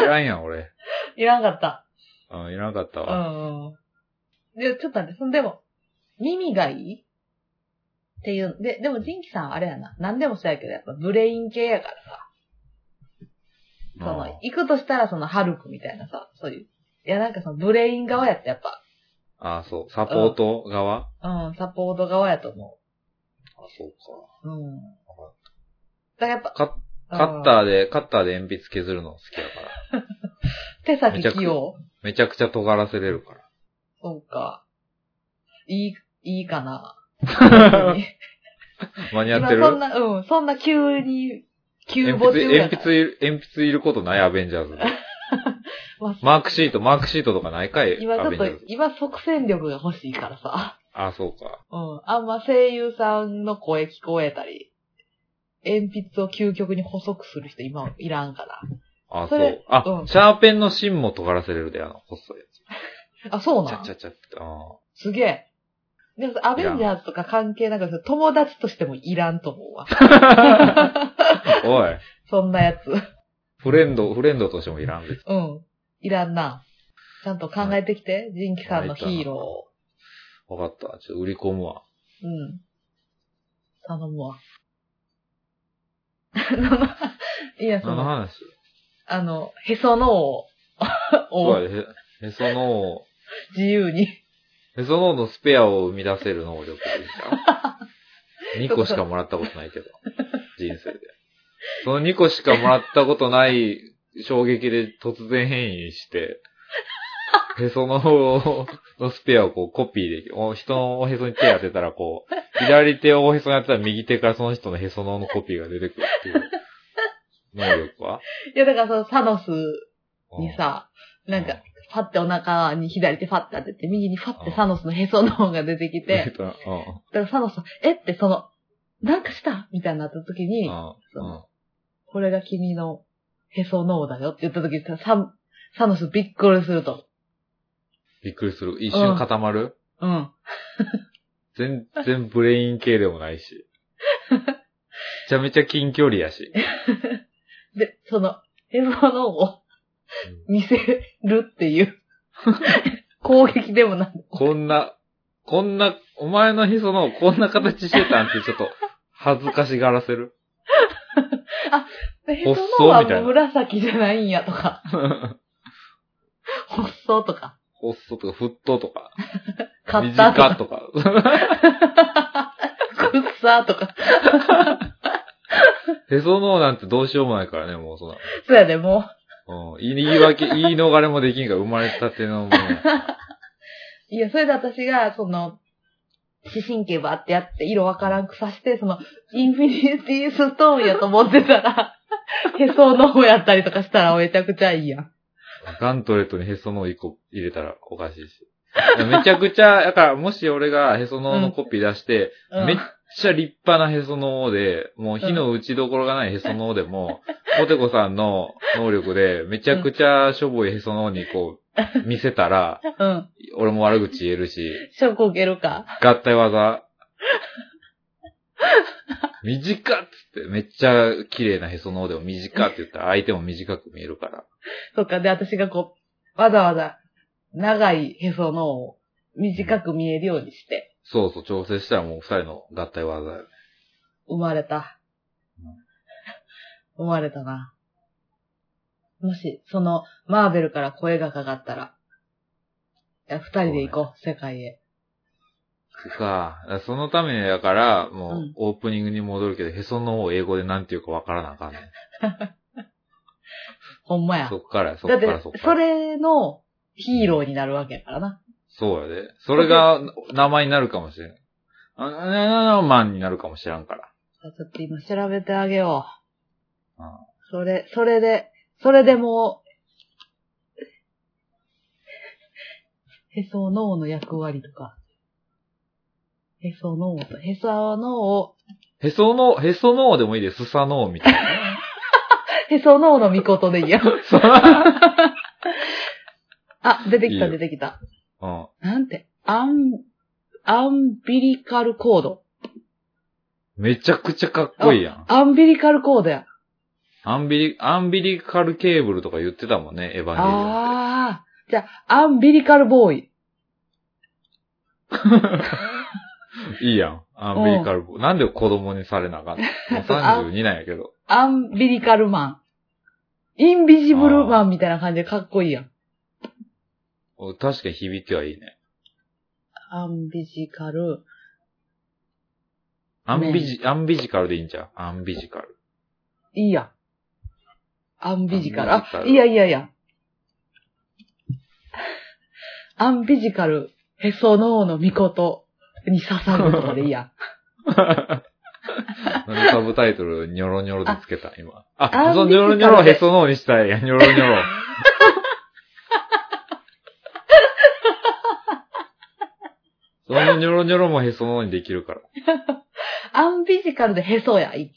[SPEAKER 1] いらんやん、俺。
[SPEAKER 2] いらんかった。
[SPEAKER 1] うん、いらんかった
[SPEAKER 2] う
[SPEAKER 1] わ。
[SPEAKER 2] んうん。で、ちょっと待って、そのでも、耳がいいっていう、で、でも、ジンキさんはあれやな。何でもそうやけど、やっぱブレイン系やからさ。その
[SPEAKER 1] あ、
[SPEAKER 2] 行くとしたらそのハルクみたいなさ、そういう。いや、なんかそのブレイン側やってやっ
[SPEAKER 1] あ、そう。サポート側
[SPEAKER 2] ぱ、うん、サポート側やと思
[SPEAKER 1] あ、そう
[SPEAKER 2] う。うん。だからやっぱ、
[SPEAKER 1] か。カッカッターで、カッターで鉛筆削るの好きやから。
[SPEAKER 2] ー。手先器用。
[SPEAKER 1] めちゃくちゃ尖らせれるから。
[SPEAKER 2] そうか。いい、いいかな。
[SPEAKER 1] 間に合っ
[SPEAKER 2] 今
[SPEAKER 1] て
[SPEAKER 2] そん
[SPEAKER 1] る
[SPEAKER 2] な、うん、そんな急に、急
[SPEAKER 1] 鉛
[SPEAKER 2] 募中
[SPEAKER 1] 筆、
[SPEAKER 2] や
[SPEAKER 1] 鉛
[SPEAKER 2] から。
[SPEAKER 1] 筆いる、鉛筆いることないアベンジャーズで。
[SPEAKER 2] まあ
[SPEAKER 1] マークシート、マークシートとかないかい
[SPEAKER 2] 今ち
[SPEAKER 1] ア
[SPEAKER 2] ょ
[SPEAKER 1] ベンジ
[SPEAKER 2] っと
[SPEAKER 1] ャーズ、。
[SPEAKER 2] 今即戦力が欲しいからさ。
[SPEAKER 1] あ、そうか。
[SPEAKER 2] うん。あんま声優さんの声聞こえたり、鉛筆を究極に細くする人今いらんか
[SPEAKER 1] あ、そ
[SPEAKER 2] そうれ。
[SPEAKER 1] あ、
[SPEAKER 2] うん
[SPEAKER 1] シャーペンの芯も尖らせれるで、あの、細いや
[SPEAKER 2] ら。あ、そう
[SPEAKER 1] つ。ちゃ
[SPEAKER 2] な
[SPEAKER 1] っ
[SPEAKER 2] ん
[SPEAKER 1] ちゃっちゃって。う
[SPEAKER 2] すげえ。でもさアベンジャーズとか関係なくて、友達としてもいらん と思うわ。
[SPEAKER 1] ん。 おい、
[SPEAKER 2] そんなやつ。
[SPEAKER 1] フレンド、フレンドとしてもいらんです。
[SPEAKER 2] うん。いらんな。ちゃんと考えてきて、ジンキさんのヒーローを。
[SPEAKER 1] わかった。ちょっと売り込むわ。
[SPEAKER 2] うん。頼むわ。 生いや、そ
[SPEAKER 1] 何の
[SPEAKER 2] の、
[SPEAKER 1] 話
[SPEAKER 2] あの、へその緒を
[SPEAKER 1] そう
[SPEAKER 2] を
[SPEAKER 1] やでへ、へその緒、
[SPEAKER 2] 自由に。
[SPEAKER 1] へその緒のスペアを生み出せる能力でいいじゃ ん ?2 個しかもらったことないけど。人生で。その2個しかもらったことない衝撃で突然変異して、へその緒のスペアをこうコピーできる。お人のおへそに手当てたらこう、左手をおへそに当てたら右手からその人のへその緒のコピーが出てくるっていう能力 はい
[SPEAKER 2] や、だからその、サノス
[SPEAKER 1] うん
[SPEAKER 2] にさ、なんか、ファってお腹に左手ファって当てて、右にファってサノスのへその緒が出てきて、
[SPEAKER 1] うん
[SPEAKER 2] だからサノスは、えってその、なんかしたみたいになった時
[SPEAKER 1] う
[SPEAKER 2] に、
[SPEAKER 1] んうん
[SPEAKER 2] これが君のへその緒だよって言った時、ササノスびっくりすると。
[SPEAKER 1] びっくりする。一瞬固まる、
[SPEAKER 2] うん。
[SPEAKER 1] 全然ブレイン系でもないし。めちゃめちゃ近距離やし。
[SPEAKER 2] で、その、へその緒を見せるっていう、 攻撃でもなく、
[SPEAKER 1] こんな、こんな、お前のへその緒こんな形してたんってちょっと恥ずかしがらせる。
[SPEAKER 2] へその緒は
[SPEAKER 1] 発想みたい
[SPEAKER 2] もう
[SPEAKER 1] な
[SPEAKER 2] 紫じゃないんやとか、発想とか、
[SPEAKER 1] ホストとか、フットとか、
[SPEAKER 2] 買った
[SPEAKER 1] 短
[SPEAKER 2] とか、
[SPEAKER 1] とか。
[SPEAKER 2] くっさーとか、
[SPEAKER 1] へその緒なんてどうしようもないからね、もうそんな。
[SPEAKER 2] そうやで、もう、
[SPEAKER 1] うん。言い訳、言い逃れもできんから、生まれたてのもう。
[SPEAKER 2] いや、それで私が、その、視神経ばってやって、色わからんくさして、その、インフィニティストーンやと思ってた ら、へその方やったりとかしたらめちゃくちゃいいやん。
[SPEAKER 1] ガントレットにへその緒一個入れたらおかしいし。いやめちゃくちゃ、だから、もし俺がへその緒のコピー出して、
[SPEAKER 2] うん
[SPEAKER 1] めっちゃ立派なへその緒で、もう火の打ちどころがないへその緒でも、ポテコさんの能力で、めちゃくちゃしょぼいへその緒にこう、見せたら、
[SPEAKER 2] うん。
[SPEAKER 1] 俺も悪口言えるし、
[SPEAKER 2] ショック受けるか。
[SPEAKER 1] 合体技。短っつって、めっちゃ綺麗なへその緒でも短って言ったら相手も短く見えるから。
[SPEAKER 2] そっか。で、私がこう、わざわざ、長いへその緒を短く見えるようにして、
[SPEAKER 1] そうそう、調整したらもう二人の合体技よね。
[SPEAKER 2] 生まれた。生まれたな。もし、その、マーベルから声がかかったら、いや、二人で行こう、世界へ。
[SPEAKER 1] そっか。そのためだから、も
[SPEAKER 2] うん
[SPEAKER 1] うオープニングに戻るけど、へその緒を英語でなんていうかわからなあかんね。
[SPEAKER 2] ほんまや。
[SPEAKER 1] そっから、そ
[SPEAKER 2] だ
[SPEAKER 1] っ
[SPEAKER 2] って
[SPEAKER 1] から、そっ、か
[SPEAKER 2] そ
[SPEAKER 1] ら。
[SPEAKER 2] れのヒーローになるわけやからな。
[SPEAKER 1] そうやで。それが名前になるかもしれん。あなななマンになるかもしらんから。
[SPEAKER 2] ちょっと今調べてあげよう
[SPEAKER 1] うん。
[SPEAKER 2] それ、それで、それでもう、へその緒の役割とか。へその緒と、へその緒を、
[SPEAKER 1] へその、へその緒でもいいです。すさの緒みたい な。
[SPEAKER 2] へその緒の御事でい いや。
[SPEAKER 1] そう
[SPEAKER 2] あ、出てき
[SPEAKER 1] い
[SPEAKER 2] た
[SPEAKER 1] いよ
[SPEAKER 2] 出てきた。
[SPEAKER 1] うん。
[SPEAKER 2] なんて、アン、アンビリカルコード。
[SPEAKER 1] めちゃくちゃかっこいいやん。
[SPEAKER 2] アンビリカルコードや。
[SPEAKER 1] アンビリ、アンビリカルケーブルとか言ってたもんね、エヴァンゲリオンって。
[SPEAKER 2] ああ。じゃあ、アンビリカルボーイ。
[SPEAKER 1] いいやん。アンビリカルボーイ。なんで子供にされなあか んのもう32なんやけど。
[SPEAKER 2] アンビリカルマン。インビジブルマンみたいな感じでかっこいいやん。
[SPEAKER 1] 確かに響きはいいね。
[SPEAKER 2] アンビジカル。
[SPEAKER 1] アンビジ、アンビジカルでいいんちゃうアンビジカル。
[SPEAKER 2] いいやん。アンビジカル。
[SPEAKER 1] アンビジカ
[SPEAKER 2] あ、
[SPEAKER 1] ル
[SPEAKER 2] いやいやいや。アンビジカル、へその緒の御事に刺さるとかでいいやん。
[SPEAKER 1] なんでサブタイトル、ニョロニョロでつけた、今。あ、
[SPEAKER 2] アン
[SPEAKER 1] その
[SPEAKER 2] ビ
[SPEAKER 1] ニ
[SPEAKER 2] リ
[SPEAKER 1] ョ
[SPEAKER 2] カ
[SPEAKER 1] ロニョ
[SPEAKER 2] ルで
[SPEAKER 1] ロへその緒にしたいやん、ニョロニョ ロ。そのニョロニョロもへその緒にできるから。
[SPEAKER 2] アンビジカルでへそや。い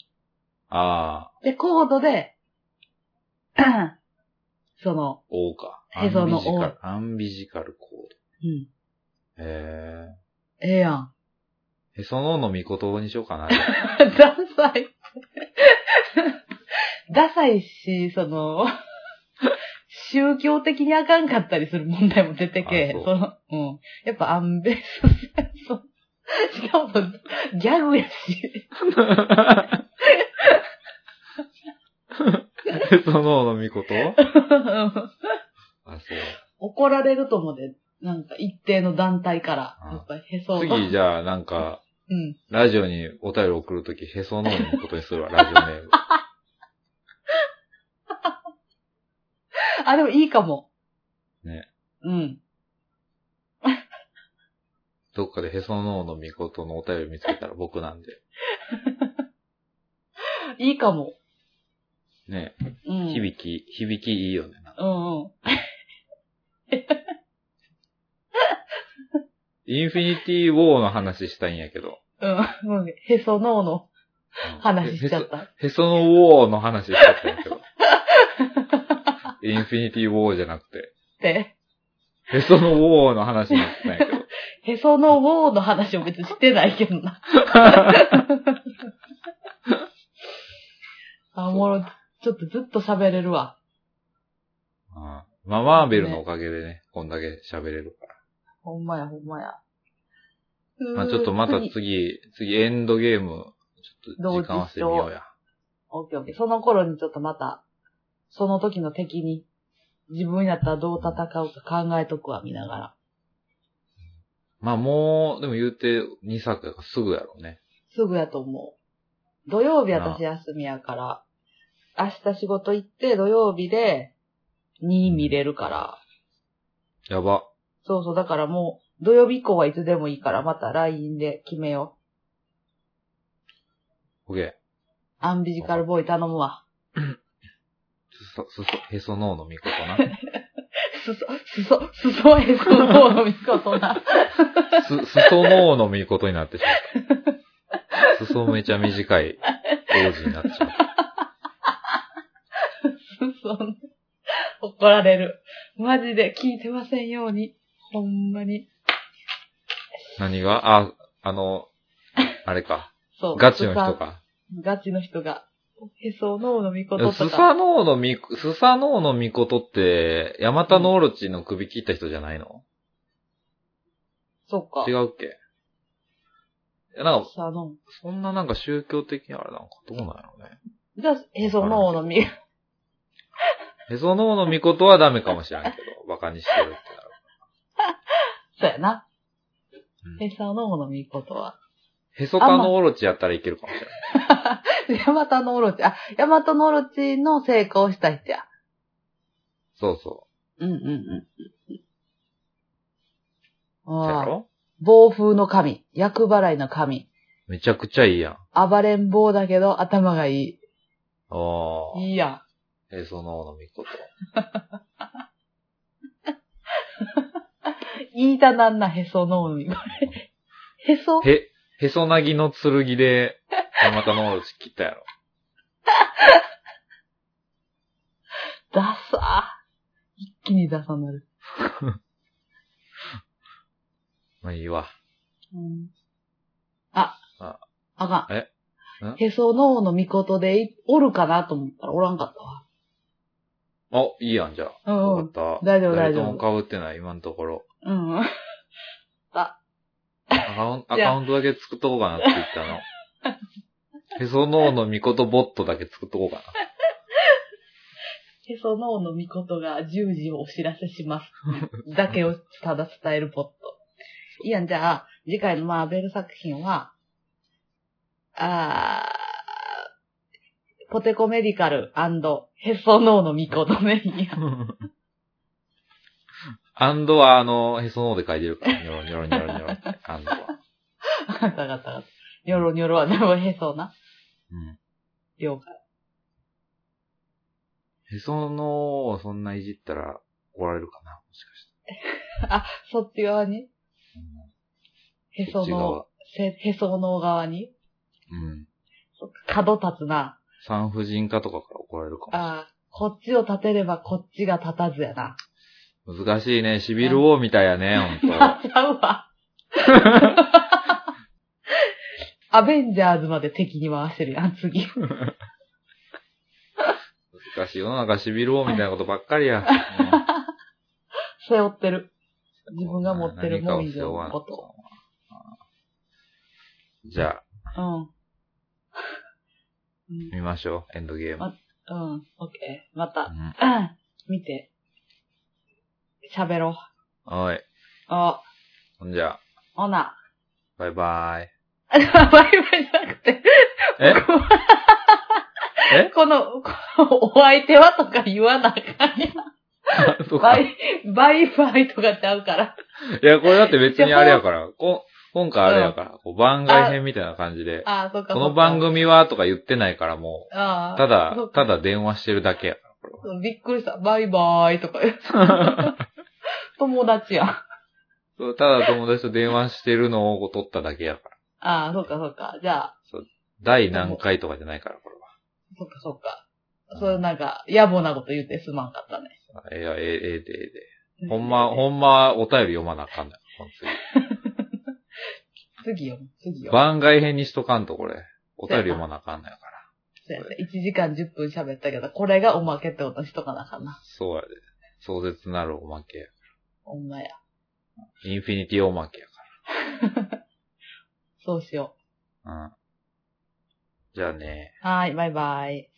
[SPEAKER 1] ああ、
[SPEAKER 2] で、コードで、その、
[SPEAKER 1] 王か。
[SPEAKER 2] へその緒
[SPEAKER 1] アンビジカル。アンビジカルコー
[SPEAKER 2] うん。
[SPEAKER 1] ド。へ
[SPEAKER 2] ええやん。
[SPEAKER 1] え。へその緒の御事にしようかな。
[SPEAKER 2] ダサい。 ダサいし、その、 宗教的にあかんかったりする問題も出てけえへん。
[SPEAKER 1] あ
[SPEAKER 2] そ
[SPEAKER 1] そう
[SPEAKER 2] の、うん。やっぱアンベス、そう しかも、ギャグやし。
[SPEAKER 1] へその緒の御事あ、そう。
[SPEAKER 2] 怒られると思うで、なんか一定の団体から、
[SPEAKER 1] あ
[SPEAKER 2] やっぱへそを。
[SPEAKER 1] 次、じゃあ、なんか、
[SPEAKER 2] うん。
[SPEAKER 1] ラジオにお便り送るとき、へその緒のことにするわ、ラジオネ ーム。
[SPEAKER 2] あ、でもいいかも。
[SPEAKER 1] ね。
[SPEAKER 2] うん。
[SPEAKER 1] どっかでへその緒のみことのお便り見つけたら僕なんで。
[SPEAKER 2] いいかも。
[SPEAKER 1] ね、
[SPEAKER 2] うん。
[SPEAKER 1] 響き、響きいいよね。
[SPEAKER 2] うんうん。
[SPEAKER 1] インフィニティウォーの話したいんやけど。
[SPEAKER 2] うん。うん。へその緒の
[SPEAKER 1] うん
[SPEAKER 2] 話しちゃっ
[SPEAKER 1] へ
[SPEAKER 2] た。
[SPEAKER 1] へそのウォーの話しちゃったんやけど。インフィニティウォーじゃなくて、
[SPEAKER 2] て、
[SPEAKER 1] へそのウォーの話になってたんやけ ど。
[SPEAKER 2] へそのウォーの話を別にしてないけ どな。あ、おもろ、ちょっとずっと喋れるわ。
[SPEAKER 1] あーまあ、マーベルのおかげでね、こんだけ喋れるか
[SPEAKER 2] ほんまや、ほんまや。
[SPEAKER 1] ら。まあ、ちょっとまた
[SPEAKER 2] 次。
[SPEAKER 1] 次、次エンドゲーム、ちょっと時間合わせてみようや。
[SPEAKER 2] オッケーオッケー。その頃にちょっとまた、その時の敵に、自分やったらどう戦うか考えとくわ、見ながら。
[SPEAKER 1] まあ、もう、でも言うて2作やからすぐやろうね。
[SPEAKER 2] すぐやと思う。土曜日
[SPEAKER 1] なあ
[SPEAKER 2] 私休みやから、明日仕事行って土曜日で2見れるから。
[SPEAKER 1] やば。
[SPEAKER 2] そうそう、だからもう土曜日以降はいつでもいいからまた LINE で決めよ
[SPEAKER 1] オ
[SPEAKER 2] う。
[SPEAKER 1] ッケ
[SPEAKER 2] アンビジカルボーイ頼むわ。
[SPEAKER 1] ー。すそ、すそ、へそのうのみことな。
[SPEAKER 2] すそ、すそ、すそへそのうのみことな。
[SPEAKER 1] す、すそのうのみことになってしまった。すそめちゃ短い王子になってしまった。
[SPEAKER 2] すそ、怒られる。マジで聞いてませんように。ほんまに。
[SPEAKER 1] 何があ、あの、あれか。
[SPEAKER 2] そう。
[SPEAKER 1] ガチの人か。
[SPEAKER 2] すさん。ガチの人が。へそのうのみこ
[SPEAKER 1] でも
[SPEAKER 2] と
[SPEAKER 1] ス
[SPEAKER 2] と
[SPEAKER 1] サ
[SPEAKER 2] か。
[SPEAKER 1] ノオのみ、スサノオのみことって、ヤマタノオロチの首切った人じゃないの、
[SPEAKER 2] そうか。
[SPEAKER 1] 違うっけいや、なんか、
[SPEAKER 2] すさのう
[SPEAKER 1] そんななんか宗教的にあれなんかどうなんやろうね。
[SPEAKER 2] じゃあ、へそのうのみ。
[SPEAKER 1] へそのオのみことはダメかもしれんけど、バカにしてるってなる。
[SPEAKER 2] そうやな。
[SPEAKER 1] うん
[SPEAKER 2] へそのうのみことは。
[SPEAKER 1] へそかのオロチやったらいけるかもしれない。
[SPEAKER 2] ヤマタのオロチ。あ、ヤマタのオロチの成功した人や。
[SPEAKER 1] そうそ
[SPEAKER 2] うんうんうん。
[SPEAKER 1] う。そうや
[SPEAKER 2] ああ。
[SPEAKER 1] ろ
[SPEAKER 2] 暴風の神。厄払いの神。
[SPEAKER 1] めちゃくちゃいいやん。
[SPEAKER 2] 暴れん坊だけど頭がい
[SPEAKER 1] あ
[SPEAKER 2] い。いいやん。
[SPEAKER 1] あ。へその緒のみこと。
[SPEAKER 2] 言いたなんなへそのうのみこれ。へそ
[SPEAKER 1] へ、へそなぎの剣で、山田のおろち切ったやろ。
[SPEAKER 2] ダサー。一気にダサなる。
[SPEAKER 1] まあいいわ。
[SPEAKER 2] うん、あ、
[SPEAKER 1] あ
[SPEAKER 2] あかん。
[SPEAKER 1] えん
[SPEAKER 2] へそのうのみことでいおるかなと思ったらおらんかったわ。
[SPEAKER 1] あ、いいやん、じゃあ。
[SPEAKER 2] うんう
[SPEAKER 1] よ
[SPEAKER 2] ん。
[SPEAKER 1] かった。
[SPEAKER 2] 大丈夫
[SPEAKER 1] 誰
[SPEAKER 2] 大丈夫
[SPEAKER 1] とも被ってない、今のところ。
[SPEAKER 2] うんうん。
[SPEAKER 1] アカウンア
[SPEAKER 2] じゃあ
[SPEAKER 1] カウントだけ作っとこうかなって言ったの。へその緒のみことボットだけ作っとこうかな。
[SPEAKER 2] へそのうのみことが10時をお知らせします。だけをただ伝えるポット。いいやん、じゃあ、次回のマーベル作品は、あー、ポテコメディカルへそのうのみことね。いや、
[SPEAKER 1] アンドは、あの、へその緒で書いてるから、ニョロニョロニョロニョロって、アンドは。
[SPEAKER 2] わかったわかったわかった。ニョロニョロはでもへそな。
[SPEAKER 1] うん。
[SPEAKER 2] 了解。
[SPEAKER 1] へその緒をそんないじったら怒られるかな、もしかして。
[SPEAKER 2] あ、そっち側にへその、せへその側に
[SPEAKER 1] うん。うん。
[SPEAKER 2] そっか角立つな。
[SPEAKER 1] 産婦人科とかから怒られるかもしれない。
[SPEAKER 2] あー、こっちを立てればこっちが立たずやな。
[SPEAKER 1] 難しいね。シビル王みたいやね、ほんと。
[SPEAKER 2] ちゃうわ。 アベンジャーズまで敵に回してるやん、 次。
[SPEAKER 1] 難しい世の中シビル王みたいなことばっかり や。
[SPEAKER 2] 背負ってる。自分が持ってる
[SPEAKER 1] 何か
[SPEAKER 2] も
[SPEAKER 1] を
[SPEAKER 2] ん
[SPEAKER 1] 背
[SPEAKER 2] 以上
[SPEAKER 1] 負わ
[SPEAKER 2] の
[SPEAKER 1] な
[SPEAKER 2] こと。
[SPEAKER 1] うんじゃあ、
[SPEAKER 2] うん。うん
[SPEAKER 1] 見ましょう。エンドゲーム。
[SPEAKER 2] うん、オッケー。ま
[SPEAKER 1] う
[SPEAKER 2] た、
[SPEAKER 1] ん
[SPEAKER 2] 見て。喋ろう。
[SPEAKER 1] はい。
[SPEAKER 2] あ、
[SPEAKER 1] ほんじゃあ、
[SPEAKER 2] ほな。
[SPEAKER 1] バイバーイ。
[SPEAKER 2] あ、バイバイじゃなくて、
[SPEAKER 1] え え
[SPEAKER 2] この、このお相手はとか言わなあかんやん。
[SPEAKER 1] そうか
[SPEAKER 2] バ
[SPEAKER 1] い
[SPEAKER 2] イ、バイバイとかちゃうから。
[SPEAKER 1] や、これだって別にあれやから、こ今回あれやから、こう番外編みたいな感じで、
[SPEAKER 2] あ、そっか。
[SPEAKER 1] この番
[SPEAKER 2] 組
[SPEAKER 1] 組はとか言ってないからも
[SPEAKER 2] あ
[SPEAKER 1] う、た
[SPEAKER 2] あ。
[SPEAKER 1] だ
[SPEAKER 2] そう、か
[SPEAKER 1] ただ電話してるだけ やから、これは。
[SPEAKER 2] びっくりした。バイバーイとか。友達や。
[SPEAKER 1] そうただ友達と電話してるのをこう撮っただけやから。
[SPEAKER 2] ああ、そうかそうか。じゃあ、
[SPEAKER 1] 第何回とかじゃないから、これは。
[SPEAKER 2] そうかそうか。そういうなんか、野暮なこと言ってすまんかったね。
[SPEAKER 1] ええええええで、ええで。ほんま、ほんま、お便り読まなあかんねん。ほんとに
[SPEAKER 2] 次よ、次よ。
[SPEAKER 1] 番外編にしとかんと、これ。お便り読まなあかんねんから。
[SPEAKER 2] そうやね1時間10分喋ったけど、これがおまけってことしとかなあかんな。
[SPEAKER 1] そうやで。壮絶なるおまけや。
[SPEAKER 2] ほんまや。
[SPEAKER 1] インフィニティおまけや
[SPEAKER 2] そうしよ
[SPEAKER 1] から。うん。じゃあね。
[SPEAKER 2] う。はーい、バイバイ。